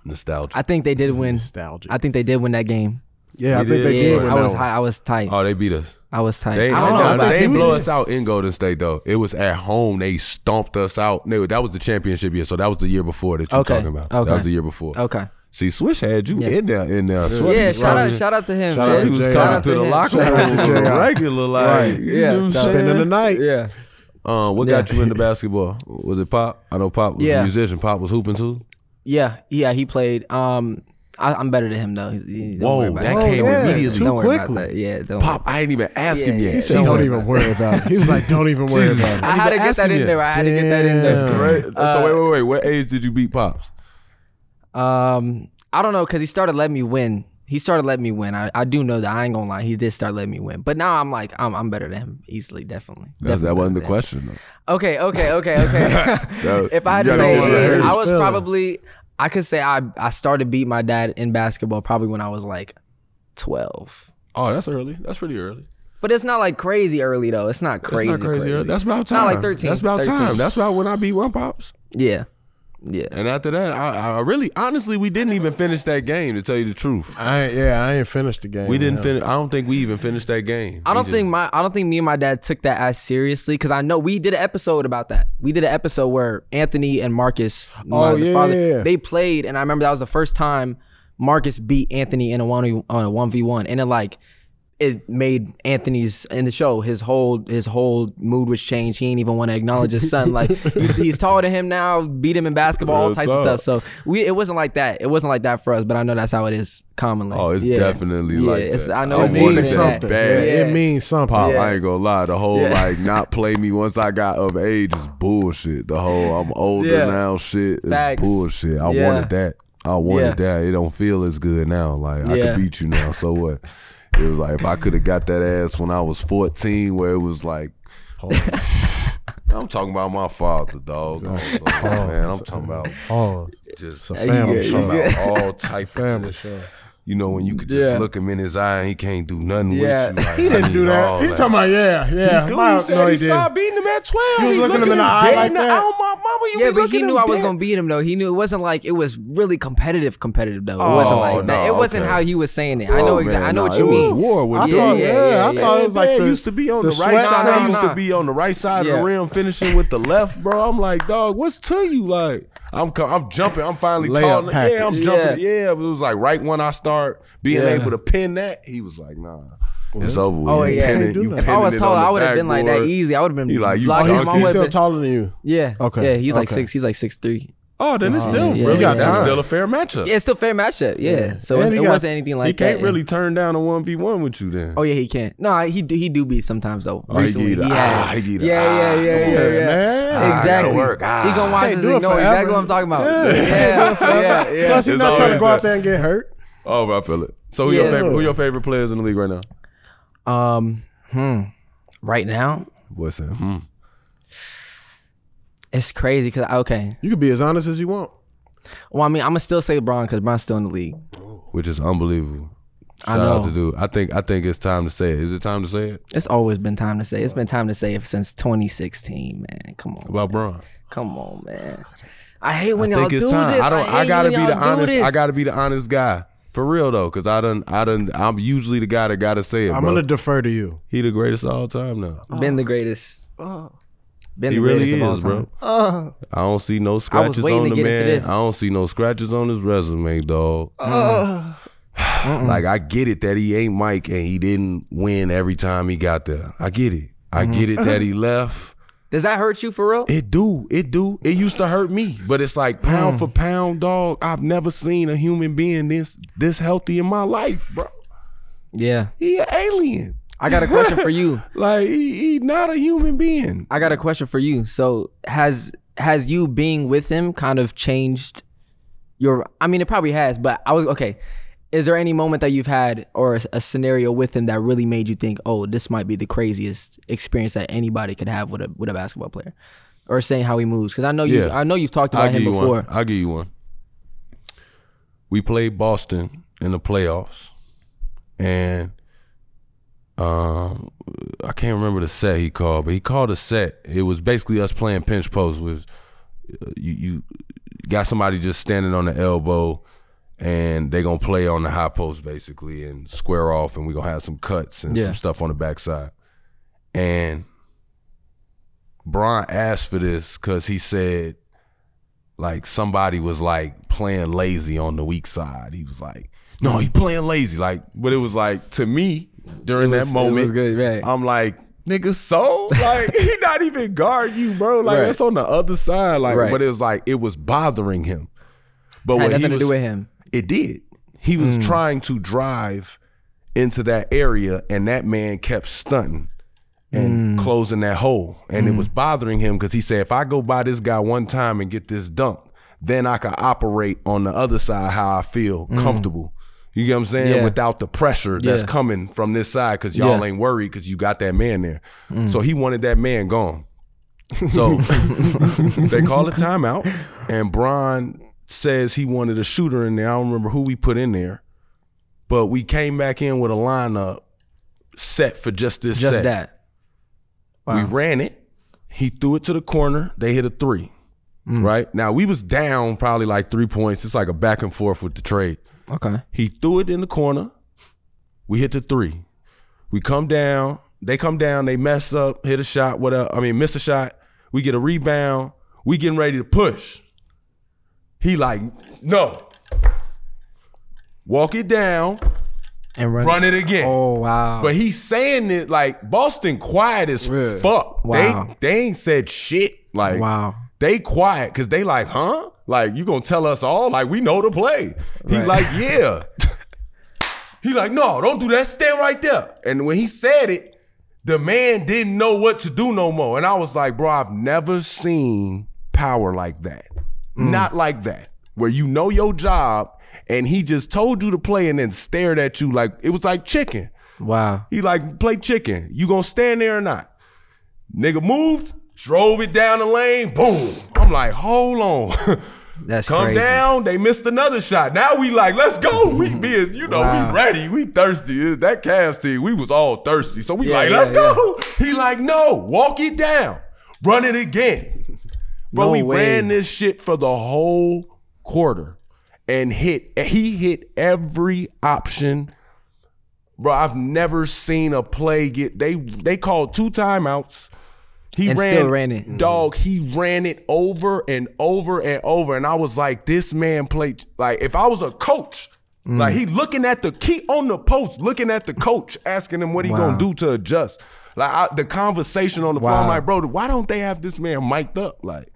Nostalgia. I think they did win. nostalgic." I think they did win that game. yeah, I We think did. they Yeah, did. win I that was one. high, I was tight. Oh, they beat us. I was tight. They, I don't know. nah, about they that. didn't blow us out in Golden State though. It was at home. They stomped us out. No, that was the championship year. So that was the year before that you're Okay, talking about. okay. That was the year before. Okay. See, Swish had you in there. In there. Swish Yeah, was shout running. out, shout out to him. Shout man. out He to was J.R. coming to the him. locker Shout out room to with a J.R. regular like. You Yeah, know what I'm so- Spending the saying? night. Yeah, Uh, what got you into basketball? Was it Pop? I know Pop was Yeah. a musician. Pop was hooping too. yeah, yeah. He played. Um, I, I'm better than him though. He's- he- don't Whoa, worry about that came it. Don't worry about it. immediately. Don't worry Too about that. quickly. Yeah, don't Pop, I ain't even asked him Yeah, yet. yeah. He said, Don't "Don't worry even worry about it." He was like, "Don't even worry about it." I had to even get ask that him in there. yet. I had to get that in Damn. there. Uh, Right. so wait, wait, wait. What age did you beat Pops? Um, I don't know because he started letting me win. He started letting me win. I, I do know that. I ain't gonna lie. He did start letting me win. But now I'm like, I'm, I'm better than him easily, definitely. That, Definitely that wasn't the better than him. question. Though. Okay, okay, okay, okay. That- if I had you to gotta say, go yeah, there. it, hurt I his was feelings. probably, I could say I, I started beat my dad in basketball probably when I was like 12. Oh, that's early. That's pretty early. But it's not like crazy early though. It's not That's crazy. not crazy. crazy. early. That's about time. Not like 13, That's about 13. time. That's about when I beat one pops. yeah, yeah. And after that, I, I really, honestly, we didn't even finish that game. To tell you the truth, I ain't, yeah, I ain't finished the game. we didn't yeah. finish. I don't think we even finished that game. I We don't just- think my I don't think me and my dad took that as seriously because I know we did an episode about that. We did an episode where Anthony and Marcus, my Oh, the yeah, father, yeah, yeah. they played, and I remember that was the first time Marcus beat Anthony in a one on a one v one, and it like it made Anthony's in the show his whole his whole mood was changed. He ain't even want to acknowledge his son. Like he's, he's taller than him now, beat him in basketball, all Real types talk. of stuff. So we it wasn't like that. It wasn't like that for us, but I know that's how it is commonly. Oh, it's Yeah. definitely Yeah, like it's- that. I know I it wanted means that something. bad. Yeah. It means something. Pop, Yeah. I ain't gonna lie. The whole Yeah. like not play me once I got of age is bullshit. The whole I'm older Yeah. now shit is Facts. bullshit. I Yeah. wanted that. I wanted that. It don't feel as good now. Like I Yeah. could beat you now. So what? It was like if I could have got that ass when I was 14, where it was like. I'm talking about my father, dog. Also, man, I'm talking about Oh, just a family I'm talking show. about all type of Family just- show. You know when you could just Yeah. look him in his eye and he can't do nothing Yeah. with you. Like, He didn't do that. He He's talking about yeah, yeah. My- no, he didn't. beating him at 12. You was looking him in the eye like that? Oh, my mama, you Yeah, be but looking he knew him I was dead. gonna beat him though. He knew it wasn't like it was really competitive, competitive though. It wasn't Oh, like that. no, It wasn't okay. how he was saying it. I know Oh, exactly. man, I know nah, what you it was mean. war with I- dogs. yeah, yeah, yeah, I yeah. thought Oh, it was like Man, the used to be on the, the right sweat- side. Nah, I used nah. to be on the right side of Yeah. the rim, finishing with the left, bro. I'm like, dog, what's to you? Like, I'm co- I'm jumping. I'm finally Layup tall. package. Yeah, I'm jumping. Yeah. it was like right when I start being Yeah. able to pin that. He was like, nah, it's over. With. Oh, You yeah. pin Can't it, do you that. If I pinning was it taller, on the I would have been like that backboard. easy. I would have been He like, you blocking dunk him. I it. He's would still have been. taller than you. Yeah. Okay. Yeah, he's like Okay. six. He's like six three. Oh, then it's still yeah, really yeah, that's yeah. still a fair matchup. Yeah, it's still fair matchup. Yeah. So And it, he it got- wasn't anything like Uh, he that. can't yeah. really turn down a one v one with you then. Oh yeah, he can't. No, I- he do, he do beat sometimes though. Oh, he Recently, get a- had- ah, he get a- yeah, yeah, ah, yeah, yeah, come yeah, on, man. Ah, I gotta Exactly. work. Ah. He gonna watch Can't this do and it know forever. exactly what I'm talking about. Yeah. Yeah, yeah, yeah. Plus, he's It's not trying to always go that. out there and get hurt. Oh, I feel it. So who your Yeah. favorite? Who your favorite players in the league right now? Um, hmm. Right now, Boy, Sam. Hmm. it's crazy because okay. You can be as honest as you want. Well, I mean, I'm gonna still say LeBron because LeBron's still in the league. Which is unbelievable. I Shout out know. to dude. I think I think it's time to say it. Is it time to say it It's always been time to say. It's been time to say it since 2016, man. Come on, about Bron? come on, man. I hate I when y'all think it's do time. this. I don't. hate I, gotta when be the y'all do honest. this. I gotta be the honest guy for real though, because I done. I done. I'm usually the guy that gotta say it. I'm bro. gonna defer to you. He the greatest of all time now. been the greatest. Been He the really greatest of all is, bro. time. I don't see no scratches waiting on the to get into man. this. I don't see no scratches on his resume, dog. like I get it that he ain't Mike and he didn't win every time he got there. I get it. I get it that he left. Does that hurt you for real? It do, it do. It used to hurt me, but it's like pound for pound, dog. I've never seen a human being this this healthy in my life, bro. Yeah. He an alien. I got a question for you. Like he, he not a human being. I got a question for you. So has has you being with him kind of changed your? I mean, it probably has, but I was okay. Is there any moment that you've had or a, a scenario with him that really made you think, oh, this might be the craziest experience that anybody could have with a with a basketball player, or saying how he moves? Because I know you, Yeah. I know you've talked about I'll him give you before. one. I'll give you one. We played Boston in the playoffs, and um, I can't remember the set he called, but he called a set. It was basically us playing pinch post. Was uh, you you got somebody just standing on the elbow, and they gonna play on the high post basically and square off, and we gonna have some cuts and Yeah. some stuff on the backside, and. Bron asked for this because he said like somebody was like playing lazy on the weak side. He was like, no, he playing lazy. Like, but it was like to me during It was- that it was moment, good, right. I'm like, nigga, so like he not even guard you, bro. Like Right. that's on the other side. Like, Right. but it was like it was bothering him. But had when he nothing to was, do with him. it did. He was trying to drive into that area, and that man kept stunting and closing that hole. And it was bothering him because he said, if I go by this guy one time and get this dunk, then I can operate on the other side how I feel comfortable. You get what I'm saying? Yeah. Without the pressure that's Yeah. coming from this side because y'all Yeah. Mm. ain't worried because you got that man there. So he wanted that man gone. So they call a timeout, and Bron says he wanted a shooter in there. I don't remember who we put in there, but we came back in with a lineup set for just this Just set. that. We ran it. He threw it to the corner. They hit a three. Mm. Right now we was down probably like three points. It's like a back and forth with the trade. Okay. He threw it in the corner. We hit the three. We come down. They come down. They mess up. Hit a shot. What up? I mean, miss a shot. We get a rebound. We getting ready to push. He like no. Walk it down. And run. Run it again. Oh wow. But he's saying it like Boston quiet as Yeah. fuck. Wow. They they ain't said shit. Like wow. they quiet because they like, huh? Like you gonna tell us all? Like we know the play. He Right. like, yeah. he like, no, don't do that. Stand right there. And when he said it, the man didn't know what to do no more. And I was like, bro, I've never seen power like that. Not like that. Where you know your job and he just told you to play and then stared at you like it was like chicken. Wow. He like, play chicken. You gonna stand there or not? Nigga moved, drove it down the lane, boom. I'm like, hold on. That's Come crazy. Mm-hmm. down. They missed another shot. Now we like, let's go. We being, you know, Wow. we ready. We thirsty. That Cavs team, we was all thirsty. So we Yeah, like, yeah, let's yeah. go. He like, no, walk it down. Run it again. Bro, No we way. ran this shit for the whole quarter and hit he hit every option Bro, I've never seen a play get they they called two timeouts. He And ran, still ran it. Dog, he ran it over and over and over. And I was like, this man played like if I was a coach, Mm. like he looking at the key on the post, looking at the coach, asking him what he Wow. gonna do to adjust. Like I, the conversation on the phone, Wow. like, bro, why don't they have this man mic'd up? Like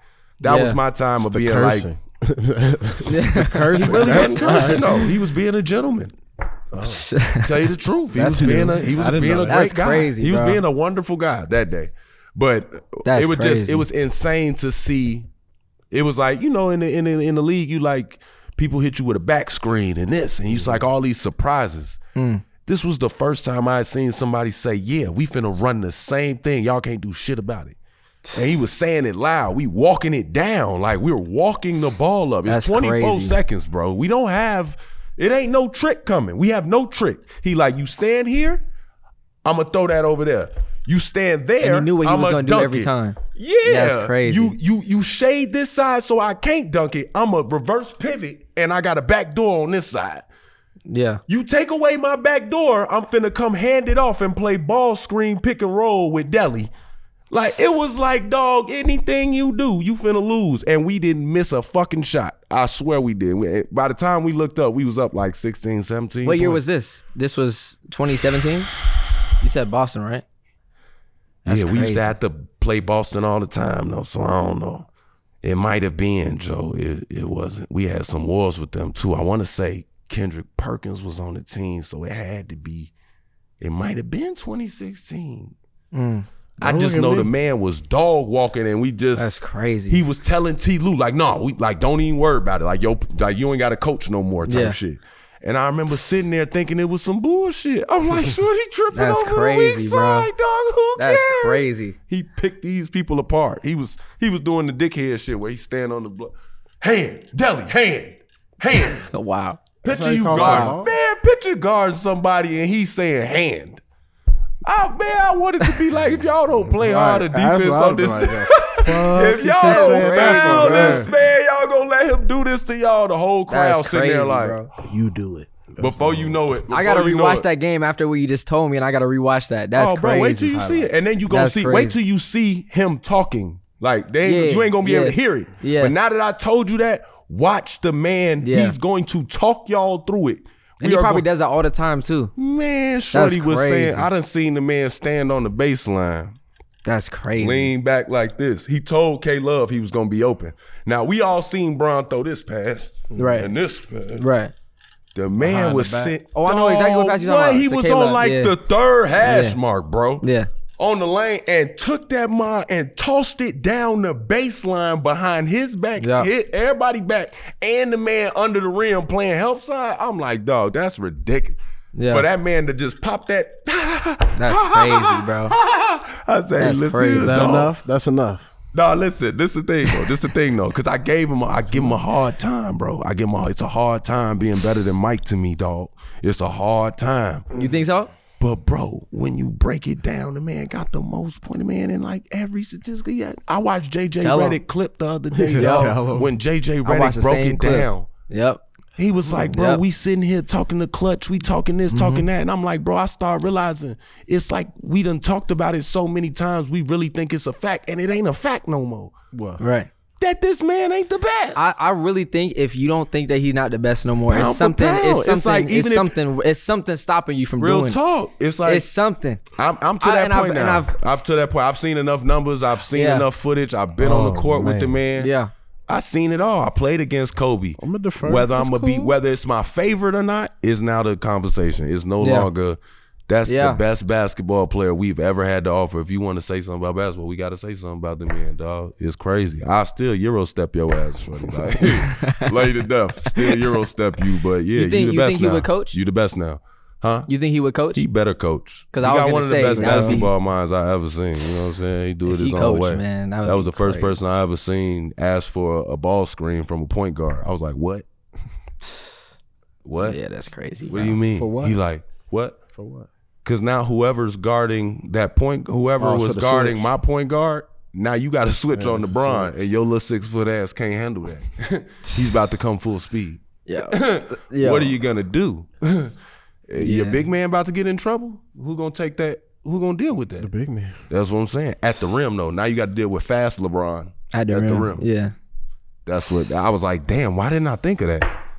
that Yeah. was my time of the being like, cursing. He really wasn't cursing. No, he was being a gentleman. Tell you the truth, he was being a he was I didn't being a know great that. That's guy. crazy, he was bro. being a wonderful guy that day. But That's it was just crazy. it was insane to see. It was like you know in the in the, in the league you like people hit you with a back screen and this and you just like all these surprises. Hmm. This was the first time I had seen somebody say, "Yeah, we finna run the same thing. Y'all can't do shit about it." And he was saying it loud. We walking it down. Like we were walking the ball up. It's That's 24 crazy. seconds, bro. We don't have it ain't no trick coming. We have no trick. He like, you stand here, I'ma throw that over there. You stand there. And you knew what he I'ma was gonna do dunk every it. time. Yeah. That's crazy. You you you shade this side so I can't dunk it. I'm a reverse pivot and I got a back door on this side. Yeah. You take away my back door, I'm finna come hand it off and play ball screen pick and roll with Deli. Like it was like, dog, anything you do, you finna lose. And we didn't miss a fucking shot. I swear we did. We, by the time we looked up, we was up like 16, 17. What year points. was this? This was 2017. You said Boston, right? Yeah, we used crazy. to have to play Boston all the time though, so I don't know. It might have been, Joe. It it wasn't. We had some wars with them too. I wanna say Kendrick Perkins was on the team, so it had to be it might have been 2016. Mm, I Don't just look at know me. the man was dog walking, and we just that's crazy. he was telling T. Lou like, "No, we like don't even worry about it. Like yo, like you ain't got a coach no more." Type Yeah. shit. And I remember sitting there thinking it was some bullshit. I'm like, "Shorty tripping That's over the weak crazy, bro. side, dog. Who that's cares?" crazy. He picked these people apart. He was he was doing the dickhead shit where he stand on the block, hand, deli, hand, hand. Wow. Picture you call guard, foul. man. Picture guarding somebody and he's saying hand. I man, I wanted to be like if y'all don't play all the Right. That's defense what I on would've this. been like, yo, if y'all fuck, you keep don't saying that for foul me. this man, y'all gonna let him do this to y'all. The whole crowd That's sitting crazy, there like, bro. You do it. before you know it, I gotta before you know rewatch it. that game after what you just told me, and I gotta rewatch that. That's oh, crazy. bro, wait till you see it, and then you gonna That's see. crazy. Wait till you see him talking. Like they, Yeah, you ain't gonna be able yeah, to hear it. yeah. But now that I told you that, watch the man. Yeah. He's going to talk y'all through it. And he probably does that all the time too. Man, Shorty was saying, crazy. I done seen the man stand on the baseline, That's crazy. lean back like this. He told K Love he was gonna be open. Now we all seen Bron throw this pass, Right. And this pass. Right. The man was back. sitting. Oh, I know exactly what pass you're talking about. He To was K-Love, on like yeah. the third hash Yeah. mark, bro Yeah. on the lane and took that mile and tossed it down the baseline behind his back, Yeah. hit everybody back, and the man under the rim playing help side. I'm like, dog, that's ridiculous. Yeah. For that man to just pop that, That's crazy, bro. I say, That's listen, crazy. here, Is that dog. enough? That's enough. No, listen. This is the thing, though. This is the thing, though, because I gave him, a, I give him a hard time, bro. I give him, a, it's a hard time being better than Mike to me, dog. It's a hard time. You think so? But bro, when you break it down, the man got the most point. The man in like every statistic. Yeah, I watched JJ Tell him. Reddick clip the other day. Yeah, dog. tell him. when JJ I Reddick watched the broke same it clip. down, Yep. he was like, "Bro, Yep. we sitting here talking the clutch, we talking this, talking that," and I'm like, "Bro, I start realizing it's like we done talked about it so many times. We really think it's a fact, and it ain't a fact no more. What? Right. That this man ain't the best. I, I really think if you don't think that he's not the best no more, Pound for it's something. pound. It's It's something. like, it's even if- something. It's something stopping you from Real doing. it. talk. It's like it's something. I'm, I'm to I- that and I've- point and now. I've- I've, to that point. I've seen enough numbers. I've seen Yeah. enough footage. I've been on the Oh, court with the man. man. Yeah. I seen it all. I played against Kobe. I'm gonna defer. Whether That's I'm gonna be cool. whether it's my favorite or not is now the conversation. It's no Yeah. longer that's Yeah. the best basketball player we've ever had to offer. If you want to say something about basketball, we got to say something about the man, dog. It's crazy. I still Euro step your ass, shorty. Like, lay to death. Still Euro step you, but yeah, you, think- the you best think he now. would coach? You the best now, huh? You think he would coach? He better coach. 'Cause he I was got gonna one of the say, best you know, basketball minds I ever seen. You know what I'm saying? He do it If he his own coached, way. man, that that, would was be the first crazy. person I ever seen ask for a ball screen from a point guard. I was like, what? What? yeah, that's crazy. What bro. do you mean? For what? He like what? For what? Because now whoever's guarding that point, whoever Oh, so was the guarding switch. my point guard, now you got to switch on that's a LeBron, and your little six foot ass can't handle that. He's about to come full speed. Yeah. yeah. What are you gonna do? Your Yeah. big man about to get in trouble. Who gonna take that? Who gonna deal with The that? big man. That's what I'm saying. At the rim though, now you got to deal with fast LeBron. at the, at rim. the rim. Yeah. That's what I was like. Damn, why didn't I think of that?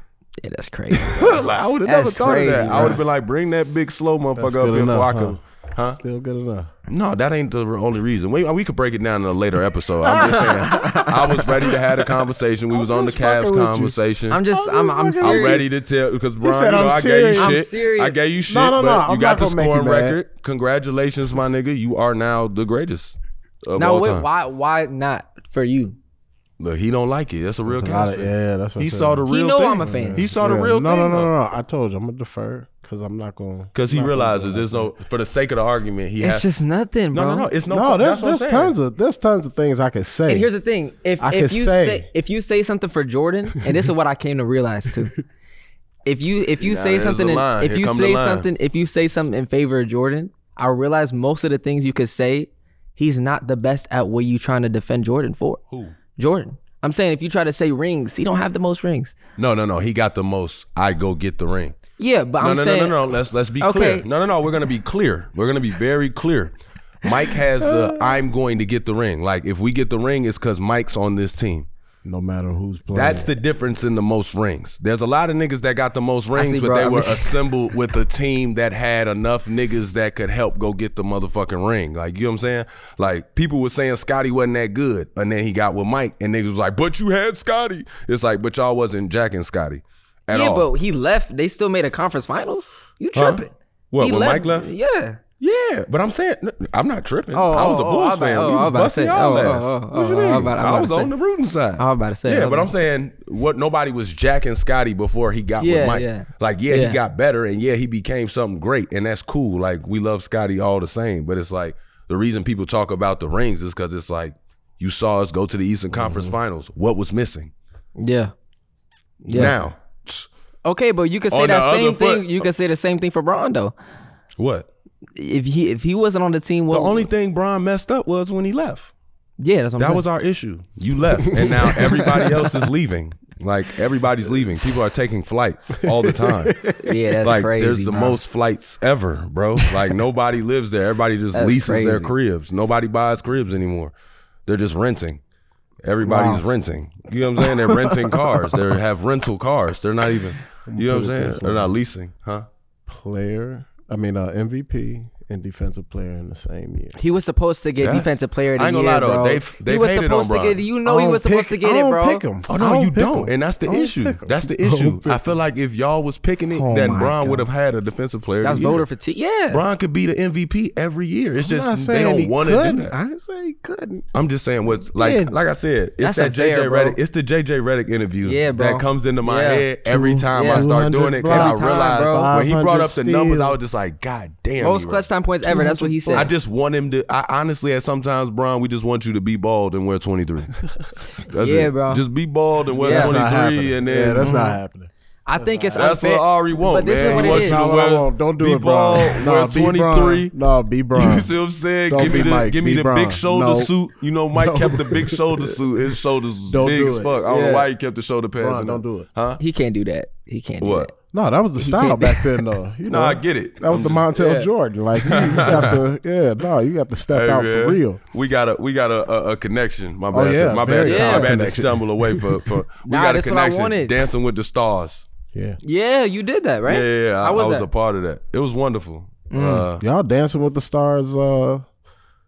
Yeah, that's crazy. like, I would have never That's thought of crazy, that. I would bro. have been like, bring that big slow motherfucker That's up good here before I enough, could. Still good enough. No, that ain't the only reason. We, we could break it down in a later episode. I'm just saying, I was ready to have a conversation. We was on the just Cavs fucking with you. conversation. I'm I'm, just, I'm, I'm serious. ready to tell because Brian, said, you know, "I'm I serious." gave I'm you shit. I serious. gave you shit, No, no, no, but I'm you got not the gonna make you scoring mad. record. Congratulations, my nigga. You are now the greatest of Now, all wait, time. why, why not for you? Look, he don't like it. That's a real That's a lot Cavs of- fan. yeah, that's what He I'm saw the saying. real know thing. I'm a fan. He saw the Yeah. real no, thing. No, though. no, no, no. I told you I'm gonna defer because I'm not gonna. Because he realizes there's no, for the sake of the argument, he It's has. just nothing, no, bro. no, no. It's no. No, there's that's there's tons of there's tons of things I could say. And here's the thing: if I if could you say- say. if you say something for Jordan, and this is what I came to realize too. If you if you now say there's something the in- line. if Here you come the say line. something if you say something in favor of Jordan, I realize most of the things you could say, he's not the best at what you trying to defend Jordan for. Who? Jordan. I'm saying if you try to say rings, he don't have the most rings. No, no, no. He got the most. I go get the ring. Yeah, but No, I'm no, saying no, no, no. Let's let's be Okay. clear. No, no, no. We're gonna be clear. We're gonna be very clear. Mike has the I'm going to get the ring. Like if we get the ring, it's because Mike's on this team. no matter who's playing. That's the difference in the most rings. There's a lot of niggas that got the most rings, see, but bro. they I were mean- assembled with a team that had enough niggas that could help go get the motherfucking ring. Like, you know what I'm saying? Like, people were saying Scotty wasn't that good, and then he got with Mike, and niggas was like, but you had Scotty. It's like, but y'all wasn't jacking Scotty at yeah, all. but he left. They still made a conference finals. You tripping? What, He when Mike left? Yeah. Yeah, but I'm saying I'm not tripping. Oh, I was a oh, oh, Bulls I was fan. about- we oh, I was was about to busting say- y'all oh, ass. oh, oh, what you oh, mean? I was I, about- I was about was to say- on the rooting side. I was about to say, I Yeah, was but about I'm to saying what nobody was jacking Scotty before he got Yeah, with Mike. yeah. Like, yeah, Yeah. he got better, and yeah, he became something great, and that's cool. Like, we love Scotty all the same, but it's like the reason people talk about the rings is because it's like you saw us go to the Eastern Conference Mm-hmm. Finals. What was missing? Yeah. Yeah. Now, Okay, but you could On say the that other same foot- thing. You could say the same thing for Bron though. what? If he if he wasn't on the team, The well, only thing Bron messed up was when he left. yeah, that's what That I'm was our issue. You left, and now everybody else is leaving. Like everybody's leaving. People are taking flights all the time. saying. yeah, that's like crazy. there's the bro. most flights ever, bro. Like nobody lives there. Everybody just That's leases their crazy. cribs. Nobody buys cribs anymore. They're just renting. Everybody's renting. You know what I'm saying? They're renting cars. They have rental cars. They're not even. You know what I'm saying? They're not leasing, huh? player. I mean, uh, MVP and defensive player in the same year. He was supposed to get Yes. defensive player of the I ain't gonna year, lie, though. bro. They've- he they've was hated on supposed to Bron. get. You know, he I was don't supposed to pick- get I it, don't bro. pick 'em. Oh I no, you pick don't, 'em. and that's the I don't issue. pick 'em. That's the I don't issue. pick I 'em. feel like if y'all was picking it, Oh then my Bron God. would have had a defensive player. of That's the year. voter fatigue. Yeah, Bron could be the MVP every year. It's I'm not just they saying he don't want to do couldn't. I that. didn't say he couldn't. I'm just saying what's like Yeah. like I said, it's That's that JJ unfair, bro. Reddick, it's the JJ Reddick interview Yeah, bro. that comes into my Yeah. head every time I start 200 doing it blocks. I Every time, realize bro. when he brought up the 500 numbers, I steals. was just like, God damn. most you, clutch Ron. time points ever. That's what he said. I just want him to I honestly at sometimes, Bron, we just want you to be bald and wear twenty three. That's Yeah, it. bro. Just be bald and wear Yeah. That's twenty Not three happening. and yeah, then that's not happening. I think it's That's unfair. what Ari want, But this man. is what he it wants is. you to Not what I wear. want. Don't do be it, bald, Bron. wear Nah, twenty three. No, be Bron. You see what I'm saying? Don't give me be the Mike, give me be the Bron. big shoulder No. suit. You know, Mike No. kept the big shoulder suit. His shoulders was Don't big do as it. fuck. I don't know Yeah. why he kept the shoulder pads. Bron, in don't there. do it. Huh? he can't do that. He can't. What? No, that was the style can't- back then, though. You No, know, I get it. That was I'm the just- Montel Yeah. Jordan. Like you, you got to, yeah, no, you got to step Hey, out man, for real. Oh, We got a we got a, a, a connection. My bad. yeah, to- my bad. very to- Yeah. My bad to connection. stumble away for for. We Nah, got a that's what I connection. wanted. Dancing with the stars. Yeah, Do that. Yeah, you did that, right? Yeah, yeah, yeah. I, I How was, was a that? Mm. part of that. It was wonderful. Uh, y'all dancing with the stars. uh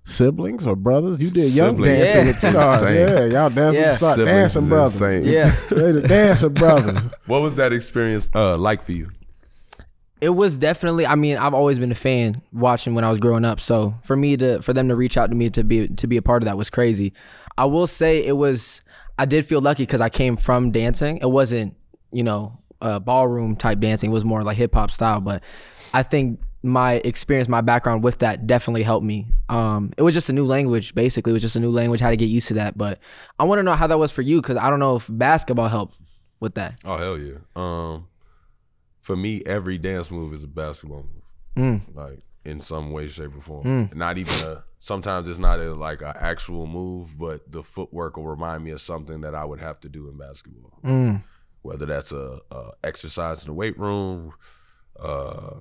Siblings or brothers? You did young Siblings dancing is with the stars. insane. Yeah, y'all dancing Yeah. with the stars. Siblings Dancing is brothers. insane. yeah. They the dancing brothers. What was that experience uh, like for you? it was definitely i mean i've always been a fan watching when i was growing up so for me to for them to reach out to me to be to be a part of that was crazy i will say it was i did feel lucky because i came from dancing it wasn't you know uh, ballroom type dancing it was more like hip-hop style but i think my experience my background with that definitely helped me um it was just a new language basically it was just a new language how to get used to that but i want to know how that was for you because i don't know if basketball helped with that Oh hell yeah. Um, for me, every dance move is a basketball move. Mm. like in some way, shape, or form. Not even a. Sometimes it's not a, like an actual move, but the footwork will remind me of something that I would have to do in basketball. Mm. Whether that's a, a exercise in the weight room, uh,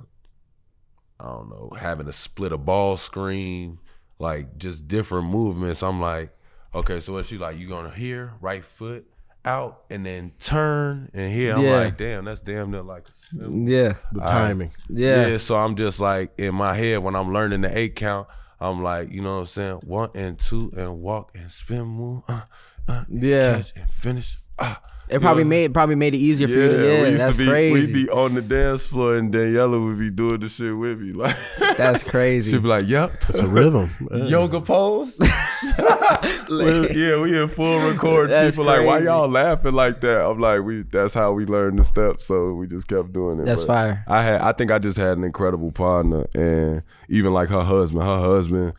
I don't know, having to split a ball screen, like just different movements. I'm like, okay, so what she like? You gonna here, right foot, out and then turn and here I'm Yeah. like, damn, that's damn near like. Yeah. The timing. Yeah. So I'm just like in my head when I'm learning the eight count, I'm like, you know what I'm saying? One and two and walk and spin move, uh, uh, and Yeah. catch and finish. Ah. It probably made probably made it easier for you to yeah, that's be crazy. we be on the dance floor and Daniela would be doing the shit with me. Like that's crazy. she'd be like, Yep. It's a rhythm. Yeah. Yoga pose. Well, yeah, we in full record. That's People like, why crazy. y'all laughing like that? I'm like, we. That's how we learned the steps. So we just kept doing it. That's But fire. I had. I think I just had an incredible partner, and even like her husband. Her husband.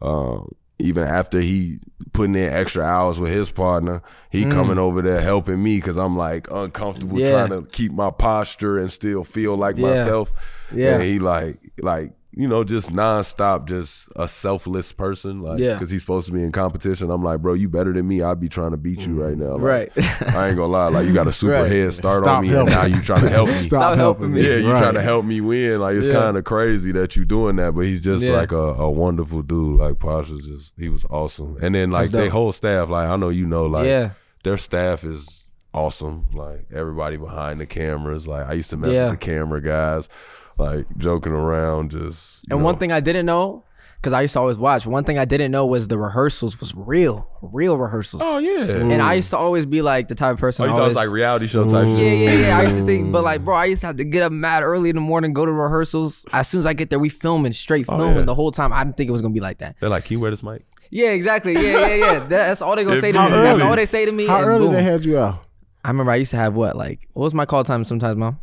Um, even after he putting in extra hours with his partner, he coming over there helping me because I'm like uncomfortable Mm. Yeah. trying to keep my posture and still feel like Yeah. myself. Yeah. And he like like you know just nonstop, just a selfless person. Like Yeah. because he's supposed to be in competition. I'm like, bro, you better than me. I'd be trying to beat you right now. Like, Mm. Right. I ain't gonna lie. Like you got a super Right. head start Stop on me, helping. and now you trying to help me. Stop helping me. Yeah, you Right. trying to help me win. Like it's Yeah. kind of crazy that you doing that, but he's just Yeah. like a, a wonderful dude. Like Posh is just he was awesome, and then like That's their dope. whole staff. Like I know you know, like yeah. their staff is awesome. Like everybody behind the cameras. Like I used to mess Yeah. with the camera guys, like joking around, just you And one know. thing I didn't know, because I used to always watch, one thing I didn't know was the rehearsals was real, real rehearsals. Oh yeah. And I used to always be like the type of person. Oh, you thought it always, was like reality show type yeah, shit. yeah, yeah. I used to think, but like, bro, I used to have to get up mad early in the morning, go to rehearsals. As soon as I get there, we filming straight filming Oh, yeah. the whole time. I didn't think it was gonna be like that. They're like, can you wear this mic? Yeah, exactly. Yeah, yeah, yeah. That, that's all they gonna It say to be me. That's early. all they say to me. How and early boom. they had you out? I remember I used to have what like what was my call time sometimes, mom.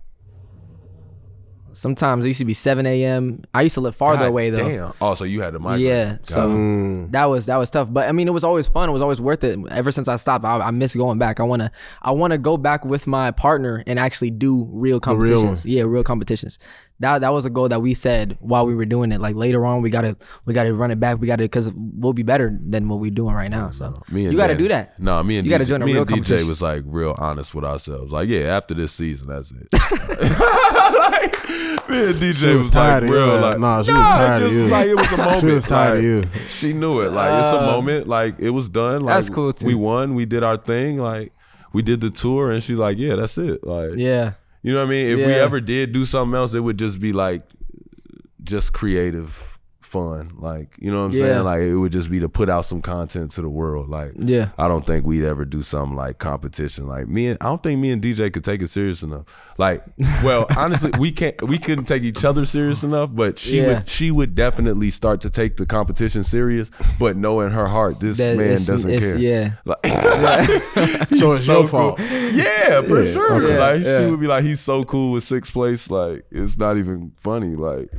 Sometimes it used to be seven a.m. I used to live farther God away though. Damn. Oh, so you had the mic. Yeah, Got so it. that was that was tough, but I mean it was always fun. It was always worth it. Ever since I stopped, I, I miss going back. I wanna I wanna go back with my partner and actually do real competitions. yeah, real competitions. That that was a goal that we said while we were doing it. Like later on, we gotta we gotta run it back. We gotta because we'll be better than what we're doing right now. So Me and you gotta Dan- do that. No, me and You DJ, gotta join a me real and DJ competition. was like real honest with ourselves. Like, yeah, after this season, that's it. like, me and DJ was, like tired of you, real, man. like, Nah, she was "Nah, tired of this you." was like it was a moment. was tired of Like, you. She knew it. Like it's a moment. Like it was done. Like Uh, That's cool, too. We won. We did our thing. Like we did the tour, and she's like, yeah, that's it. Like, Yeah, you know what I mean? If we Yeah. ever did do something else, it would just be like just creative fun. Like, you know what I'm Yeah. saying? Like it would just be to put out some content to the world. Like Yeah. I don't think we'd ever do something like competition. Like me and I don't think me and DJ could take it serious enough. Like, well, honestly, we can't we couldn't take each other serious enough, but she Yeah. would she would definitely start to take the competition serious, but knowing her heart, this That man it's- doesn't it's- care. yeah. Like, So it's your cool. fault. Yeah, for Yeah, sure. okay. Like Yeah. she would be like, he's so cool with sixth place. Like it's not even funny. Like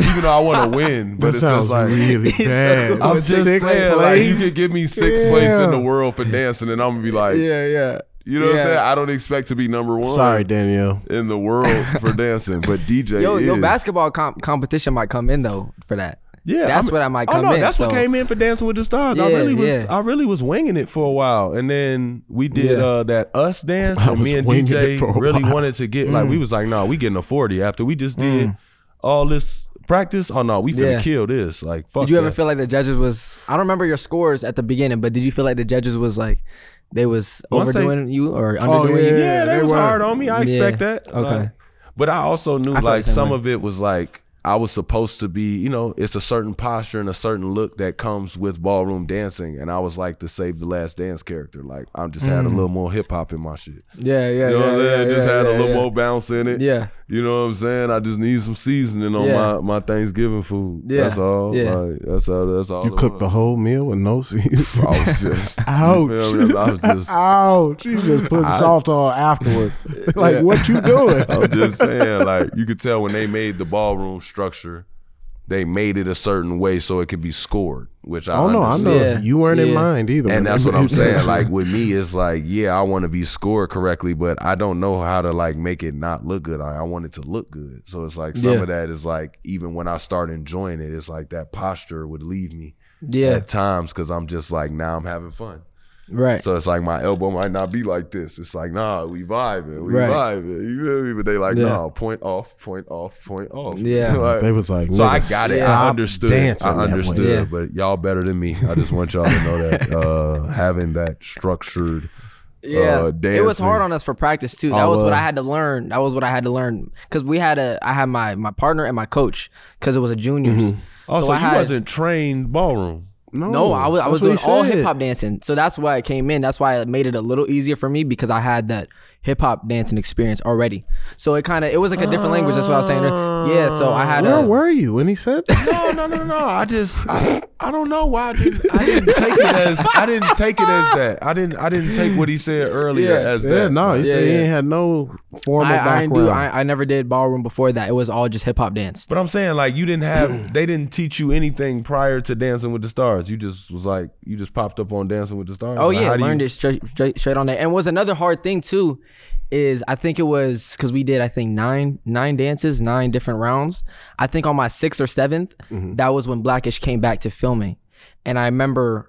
even though I want to win, but That it's sounds just like. really bad. I'm With just sixth saying, like, you place? could give me sixth place in Yeah. the world for dancing, and I'm gonna be like, yeah, yeah. you know what Yeah. I'm saying? I don't expect to be number one Sorry, Danielle. in the world for dancing, but DJ Yo, is. yo, basketball comp- competition might come in though for that. Yeah, That's I'm- what I might oh come no, in, That's what so- came in for Dancing with the Stars. I Yeah, really was, yeah. I really was winging it for a while, and then we did Yeah. uh, that us dance, I and me was and winging it for DJ a really while. wanted to get like Mm. we was like, no, nah, we getting a forty after we just did all this practice. Oh no, we finna Yeah. kill this. Like, fuck. Did you ever that. feel like the judges was? I don't remember your scores at the beginning, but did you feel like the judges was like they was Once they- Oh, overdoing you or underdoing you? yeah, Yeah, they, they was were. hard on me. I expect Yeah, that. okay. Like, but I also knew felt like the same some way. of it was like I was supposed to be, you know, it's a certain posture and a certain look that comes with ballroom dancing. And I was like the save the last dance character. Like I just had a little more hip hop in my shit. Yeah, Mm. yeah, You know yeah, what I'm yeah, saying? just yeah, had a yeah, little yeah. more bounce in it. Yeah. You know what I'm saying? I just need some seasoning on Yeah. my, my Thanksgiving food. Yeah, That's all. yeah. Like, that's all that's all. You it cooked the was. whole meal with no season. I was just Ouch. You feel me? I was just Ouch. You just putting salt on afterwards. like, Yeah. what you doing? I'm just saying, like you could tell when they made the ballroom structure, they made it a certain way so it could be scored. Which I Oh, no, I understand. know. Yeah. You weren't in Yeah. mind either. when And that's they what I'm made that saying. shit. Like with me, it's like, yeah, I want to be scored correctly, but I don't know how to like make it not look good. I, I want it to look good. So it's like some Yeah. of that is like even when I start enjoying it, it's like that posture would leave me yeah, at times because I'm just like, now I'm having fun. right. So it's like my elbow might not be like this. It's like, nah, we vibing, we Right. vibing. You feel me? But they like, Yeah. nah, point off, point off, point off. Yeah. Like, They was like, so I "Nigga, got it. I stop understood. dancing I that way." understood. Yeah. But y'all better than me. I just want y'all to know that uh, having that structured Yeah, uh, it was hard dancing. on us for practice too. That Oh, was what uh, I had to learn. That was what I had to learn because we had a. I had my my partner and my coach because it was a juniors. Also, Mm-hmm. Oh, I you had- wasn't trained ballroom. No, I was I Oh, that's was what he doing all said. hip hop dancing, so that's why it came in. That's why it made it a little easier for me because I had that hip hop dancing experience already. So it kind of it was like a different language. That's what I was saying. Yeah, so I had Where a. were you when he said that? No, no, no, no. I just I, I don't know why I didn't I didn't take it as I didn't take it as that. I didn't I didn't take what he said earlier Yeah. as Yeah, that. no, he Yeah, said he yeah. ain't had no formal I, I, didn't background. do, I, I never did ballroom before that. It was all just hip hop dance. But I'm saying like you didn't have they didn't teach you anything prior to Dancing with the Stars. You just was like you just popped up on Dancing with the Stars. Oh Like, yeah, how do you- learned it straight, straight straight on there. And was another hard thing too, is I think it was because we did I think nine nine dances, nine different rounds. I think on my sixth or 7th Mm-hmm. that was when Blackish came back to filming, and I remember.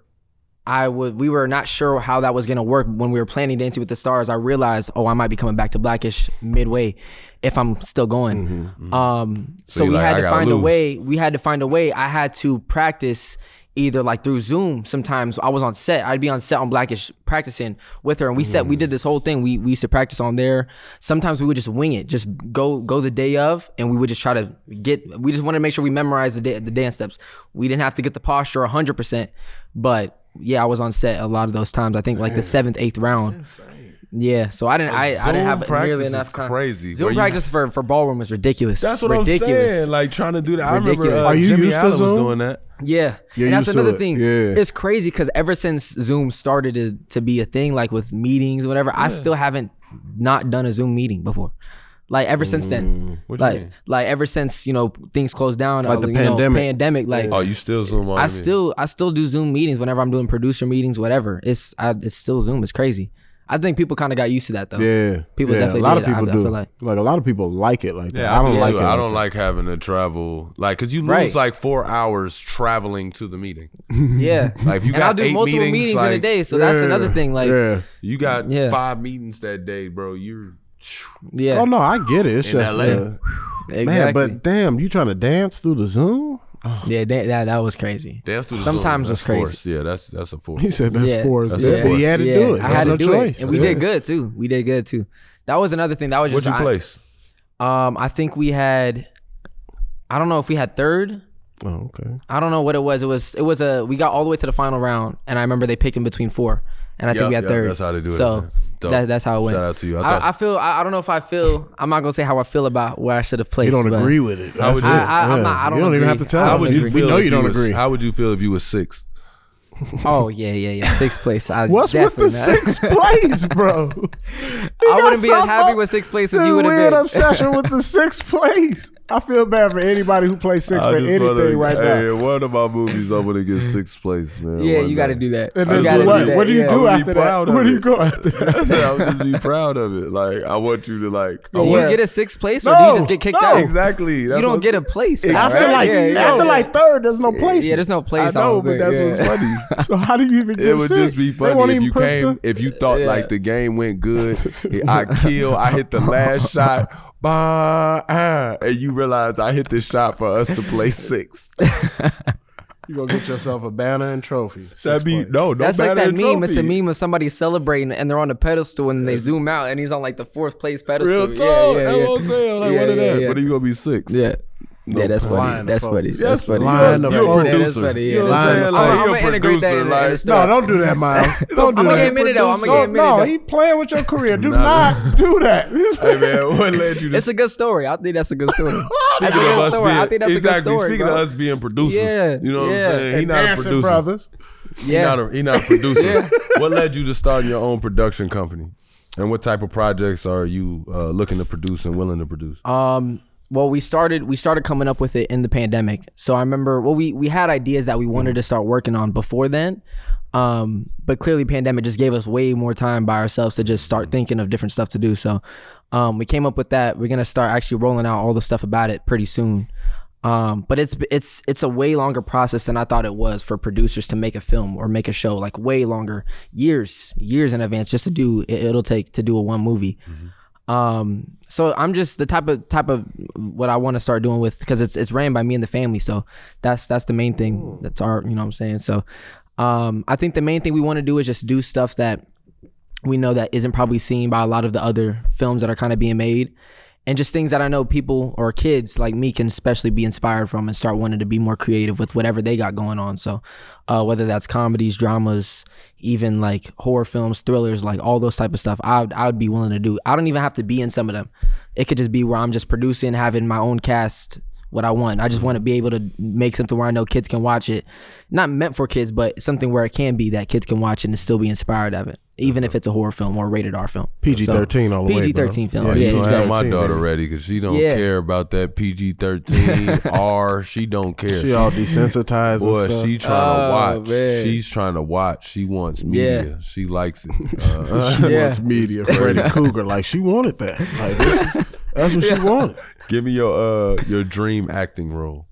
I would. We were not sure how that was gonna work when we were planning Dancing with the Stars. I realized, oh, I might be coming back to Blackish midway, if I'm still going. Um, so, you're we Mm-hmm. like, had I to gotta find a lose. way way- we had to find a way. I had to practice either like through Zoom. Sometimes I was on set. I'd be on set on Blackish practicing with her, and we set. We Mm-hmm. did this whole thing. We we used to practice on there. Sometimes we would just wing it, just go go the day of, and we would just try to get. We just wanted to make sure we memorized the da- the dance steps. We didn't have to get the posture hundred percent, but. Yeah, I was on set a lot of those times. I think like the seventh, eighth round. Yeah, so I didn't. I, I didn't Zoom have practice nearly is enough time. crazy, Zoom where you- practice for for ballroom was ridiculous. That's what ridiculous. I'm saying. Like trying to do that. I remember Ridiculous. uh, Are you Jimmy used to Allen was Zoom? doing that. Yeah, You're and that's used to another it. thing. Yeah. It's crazy because ever since Zoom started to, to be a thing, like with meetings, or whatever, I still haven't not done a Zoom meeting before. Like ever since Mm. then, What you like mean? like ever since you know things closed down, like the you pandemic. know, pandemic, like Oh, you still Zoom on I me. still I still do Zoom meetings whenever I'm doing producer meetings, whatever. It's I, it's still Zoom. It's crazy. I think people kind of got used to that though. yeah, People yeah, definitely a lot did. of people I- I do. feel like- a lot of people like it like that. Yeah, I don't like too. it. I like don't like having to travel, like, cause you lose Right. like four hours traveling to the meeting. yeah. Like, if you and got I'll do eight multiple meetings, meetings, in a like- day, so that. that's another thing. Like yeah, yeah. You got Yeah. five meetings that day, bro. You're Oh no, I get it. It's In just LA. uh, exactly. man, but damn, you trying to dance through the Zoom? yeah, that, that that was crazy. dance through. The Sometimes Zoom. it's That's crazy. forced. Yeah, that's that's a force. He said that's Yeah. for us. That's Yeah, forced. he had to yeah, do it. I That's had to no do choice. it, and we Yeah. did good too. We did good too. That was another thing. That was just What'd you I- place? um, I think we had, I don't know if we had third. Oh, okay. I don't know what it was. It was it was a we got all the way to the final round, and I remember they picked in between four, and I Yeah, think we had yeah, third. that's how they do it, So man. Dope. that, that's how it went. Shout out to you. I I, thought- I, feel I, I don't know if I feel I'm not gonna say how I feel about where I should have placed. You don't but agree with it. I would That's do it. it. I- I- I'm Yeah. not- I don't You don't even agree. have to tell. I How us. don't would you We feel? know if you don't was- agree. How would you feel if you were sixth? Oh yeah, yeah, yeah. Sixth place. I What's with the definitely not. sixth place, bro? I wouldn't be as happy with sixth place as you would Weird have been. obsession with the sixth place. I feel bad for anybody who plays sixth for anything right now. One of my movies, I'm gonna get sixth place, man. Yeah, you got to do that. And You just then gotta be what, do that, what do you yeah. do I would be after that? proud of Where do you it. go after that? I would just be proud of it. Like, I want you to like. I Do want- you Where? get a sixth place or do you No, just get kicked no. out? exactly. Oh, You That's don't what- get a place. for that, After right? like yeah, yeah. after like third, there's no place. yeah, there's no I place. Oh, know, out but there, that's yeah. what's funny. So how do you even get It would six? just be They won't funny if even you put came, the- if you thought Yeah. like the game went good. I kill, I hit the last shot, bah, ah, and you realize I hit this shot for us to play sixth. you gonna get yourself a banner and trophy. That'd be no, no That's like banner that and meme. It's a trophy. meme of somebody celebrating and they're on a pedestal and they zoom out and he's on like the fourth place pedestal. Real yeah, tall. yeah, That's yeah. what I'm saying. Like, Yeah, what of yeah, that? yeah. But you gonna be six. Yeah. Yeah, that's funny. Line That's the funny. fuck. That's funny. Line the the you a fuck. Yeah, producer. that's funny. Yeah, You know what that's I'm funny. saying? Like, Like, I'm you gonna a integrate that producer. in- in the like- story. No, don't do that, Miles. Don't do I'ma that. get minute though, I'ma No, get minute No, though. he playing with your career. Do Nah. not do that. Hey man, what led you to It's a good story. I think that's a good story. that's a Speaking of good us story. I being- think that's exactly. a good story. Speaking bro. of us being producers, Yeah, you know what yeah. I'm saying? He And not a Dancing producer. brothers. He yeah. not a, he not a producer. What led you to starting your own production company? And what type of projects are you uh, looking to produce and willing to produce? Um, well, we started we started coming up with it in the pandemic. So I remember well we we had ideas that we wanted to start working on before then. Um, but clearly pandemic just gave us way more time by ourselves to just start thinking of different stuff to do. So um, we came up with that. We're gonna start actually rolling out all the stuff about it pretty soon. Um, but it's it's it's a way longer process than I thought it was for producers to make a film or make a show. Like way longer, years years in advance just to do it, it'll take to do a one movie. Um, so I'm just the type of type of what I want to start doing with because it's it's ran by me and the family. So that's that's the main thing. That's our you know what I'm saying. So um, I think the main thing we want to do is just do stuff that we know that isn't probably seen by a lot of the other films that are kind of being made and just things that I know people or kids like me can especially be inspired from and start wanting to be more creative with whatever they got going on. So, uh, whether that's comedies, dramas, even like horror films, thrillers, like all those type of stuff, I would, I would be willing to do. I don't even have to be in some of them. It could just be where I'm just producing, having my own cast, what I want. I just want to be able to make something where I know kids can watch it, not meant for kids, but something where it can be that kids can watch it and still be inspired of it, even if it's a horror film or a rated R film. PG thirteen all the way. PG bro. thirteen film. Yeah, yeah you gonna have exactly. my Thirteen, daughter baby. ready because she don't Yeah. care about that PG thirteen R. She don't care. She all desensitized. Boy, and stuff. she trying Oh, to watch. man. She's trying to watch. She wants Yeah. media. She likes it. Uh, she Yeah. wants media. Freddy Cougar, like she wanted that. Like this is, that's what she wanted. give me your uh your dream acting role.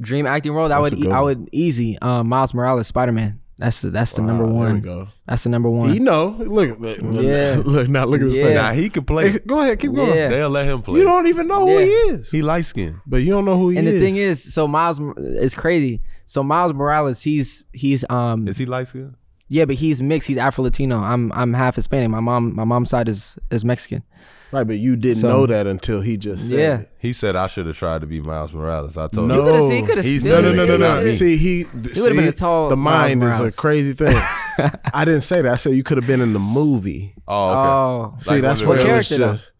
Dream acting role. That That's would e- a good I one. would easy. Um, Miles Morales, Spider Man. That's the that's the number Ah, There we one. go. That's the number He one. know. Look, look, look, Yeah. look now look at his Yeah. Now he can play. face. Go ahead, keep going. Yeah. They'll let him play. You don't even know who Yeah. he is. he light skinned. But you don't know who he And is. the thing is, so Miles Mor- it's crazy. So Miles Morales, he's he's um Is he light skinned? yeah, but he's mixed. He's Afro Latino. I'm I'm half Hispanic. My mom my mom's side is is Mexican. right, but you didn't So- know that until he just said. Yeah. it. He said I should have tried to be Miles Morales. I told him. No. coulda seen- coulda He's- still- no, no, no, no, no. coulda- See, he, th- He would've been see, a tall The mind Miles is a Morales. crazy thing. I didn't say that. I said you could have been in the movie. Oh, okay. Oh, See, Like, that's what where it was character, though? just-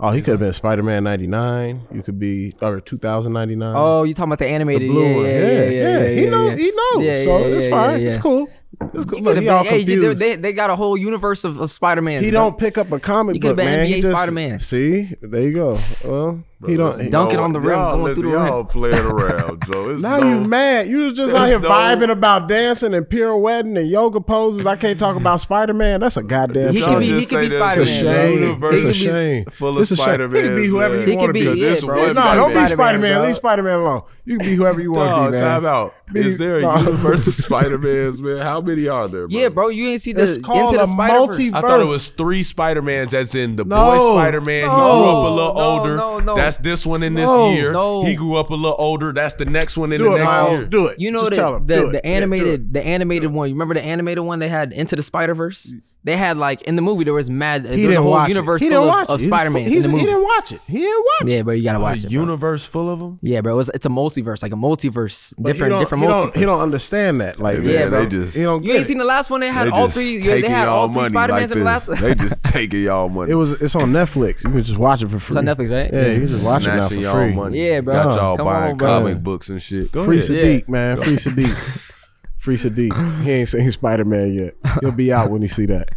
Oh, he could have been Spider Man '99. You could be or 2099. oh, you talking about the the animated? blue one. yeah, yeah, yeah, yeah, yeah, He yeah, know. yeah. He knows. Yeah, so yeah, it's yeah, fine. yeah, It's yeah. cool. It's You cool. Look, coulda he all been- hey, confused. they, they, they got a whole universe of, of Spider Man. He don't pick up a comic You coulda book, been man. NBA he just, Spider-Man. See, there you go. Well, he don't. he- Dunk it on the rim, Y'all, going listen, through the rim. y'all playing around, Joe. It's now no, you mad? You was just out here No. vibing about dancing and pirouetting and yoga poses. I can't talk about Spider Man. That's a goddamn. He Y'all shame. could be- just he could say be there's Spider-Man. a It's a shame. universe It's a shame. Full of It's a shame. Spider Man. He could be whoever you He wanna could be, be. yeah, This bro. one He could no, don't be Spider-Man, Spider Man. bro. Leave Spider Man alone. You can be whoever you want Dog, to be, man. time out. Be- Is there a no. universe of Spider Mans, man? How many are there? Bro? Yeah, bro, you ain't see the It's called into the a Spider multi- I thought it was three Spider Mans, as in the No. boy Spider Man. No. He grew up a little No, older. no, no. That's this one in this No. year. No. He grew up a little older. That's the next one in Do the it, next Miles. year. Do it. You know Just the tell him. the, Do it. the Yeah, do it. animated the animated one. You remember the animated one they had Into the Spider Verse? They had like in the movie there was mad. He there was a whole universe He full of- didn't watch of, it. He's- Spider Man in he's- the He movie. didn't watch it. He didn't watch it. Yeah, bro, you gotta watch it. Bro. universe full of them. Yeah, bro, it was, it's a multiverse, like a multiverse, different he don't- different he multiverse. don't, he don't understand that. Like, Yeah, yeah, they bro. just- he don't you get ain't it. seen the last one? They had all three. They had all three Spider Mans in the last. they just taking y'all money. It was. It's on Netflix. You can just watch it for free. on Netflix, right? Yeah, you can just watch it now for snatching y'all free. money. Yeah, bro. Got y'all Come buying on, bro. comic books and shit. Go Free ahead. Sadiq, man. Free Sadiq. Free Sadiq. He ain't seen Spider Man yet. He'll be out when he see that.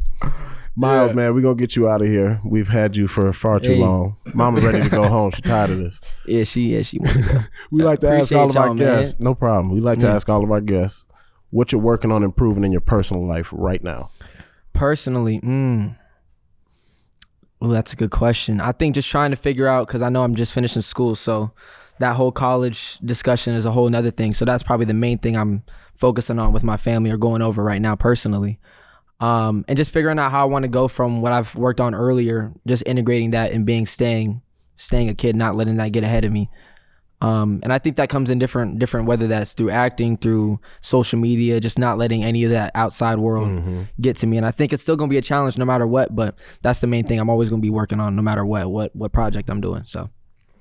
Miles, man, we gonna get you out of here. We've had you for far too Hey. long. Mama's ready to go home. She tired of this. yeah, she, yeah, she wanted to go. We like to ask Appreciate all of our y'all, man. Mm. guests. No problem. We like to ask all of our guests what you're working on improving in your personal life right now. Personally, mm, well, that's a good question. I think just trying to figure out because I know I'm just finishing school, so that whole college discussion is a whole nother thing. So that's probably the main thing I'm focusing on with my family or going over right now personally. Um, and just figuring out how I want to go from what I've worked on earlier, just integrating that and being staying, staying a kid, not letting that get ahead of me. Um, and I think that comes in different, different whether that's through acting, through social media, just not letting any of that outside world Mm-hmm. get to me. And I think it's still gonna be a challenge no matter what. But that's the main thing I'm always gonna be working on, no matter what, what, what project I'm doing. So,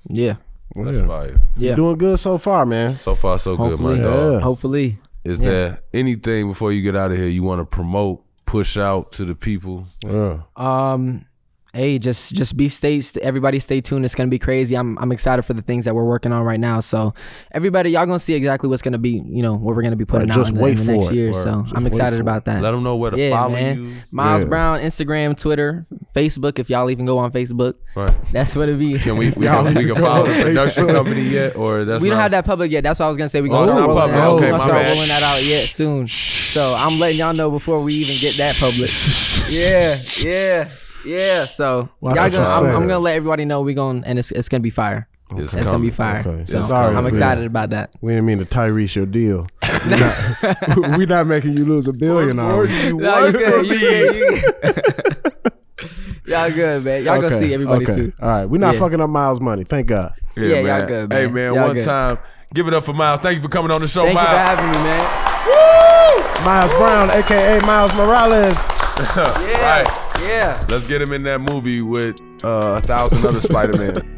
yeah, That's Yeah. fire. yeah. Doing good so far, man. So far, so Hopefully, good, my dog. hopefully. Is there anything before you get out of here you want to promote, push out to the people? Yeah. Um, hey, just just be stay. st- Everybody, stay tuned. It's gonna be crazy. I'm I'm excited for the things that we're working on right now. So everybody, y'all gonna see exactly what's gonna be. You know what we're gonna be putting Right, out just in the, wait in the for next it, year. word. So Just I'm wait excited for about that. Let them know where to yeah, follow man. you. Miles Yeah. Brown, Instagram, Twitter, Facebook. If y'all even go on Facebook, Right. that's what it be. Can we we can, we can follow the production company yet, or that's we don't not- have that public yet. That's what I was gonna say. We gonna Oh, it's start not rolling, that public. out. Okay, we my gonna start bad. rolling that out yet soon. So I'm letting y'all know before we even get that public. yeah, yeah, yeah. So Why y'all don't gonna, you I'm, say I'm that? gonna let everybody know we gonna and it's it's gonna be fire. It's, It's gonna coming. be fire. Okay. So Sorry I'm for excited about that. We didn't mean to Tyrese your deal. We're not, we're not making you lose a billion. are we? Nah, you good, you good, you good. y'all good, man. Y'all gonna Okay, see everybody okay. soon. All right, we're not Yeah. fucking up Miles' money. Thank God. Yeah, y'all good, Hey man. man, Y'all one good. time, give it up for Miles. Thank you for coming on the show, Thank you for Miles. having me, man. Miles Brown, aka Miles Morales. Right. Yeah. Let's get him in that movie with uh, a thousand other Spider Man.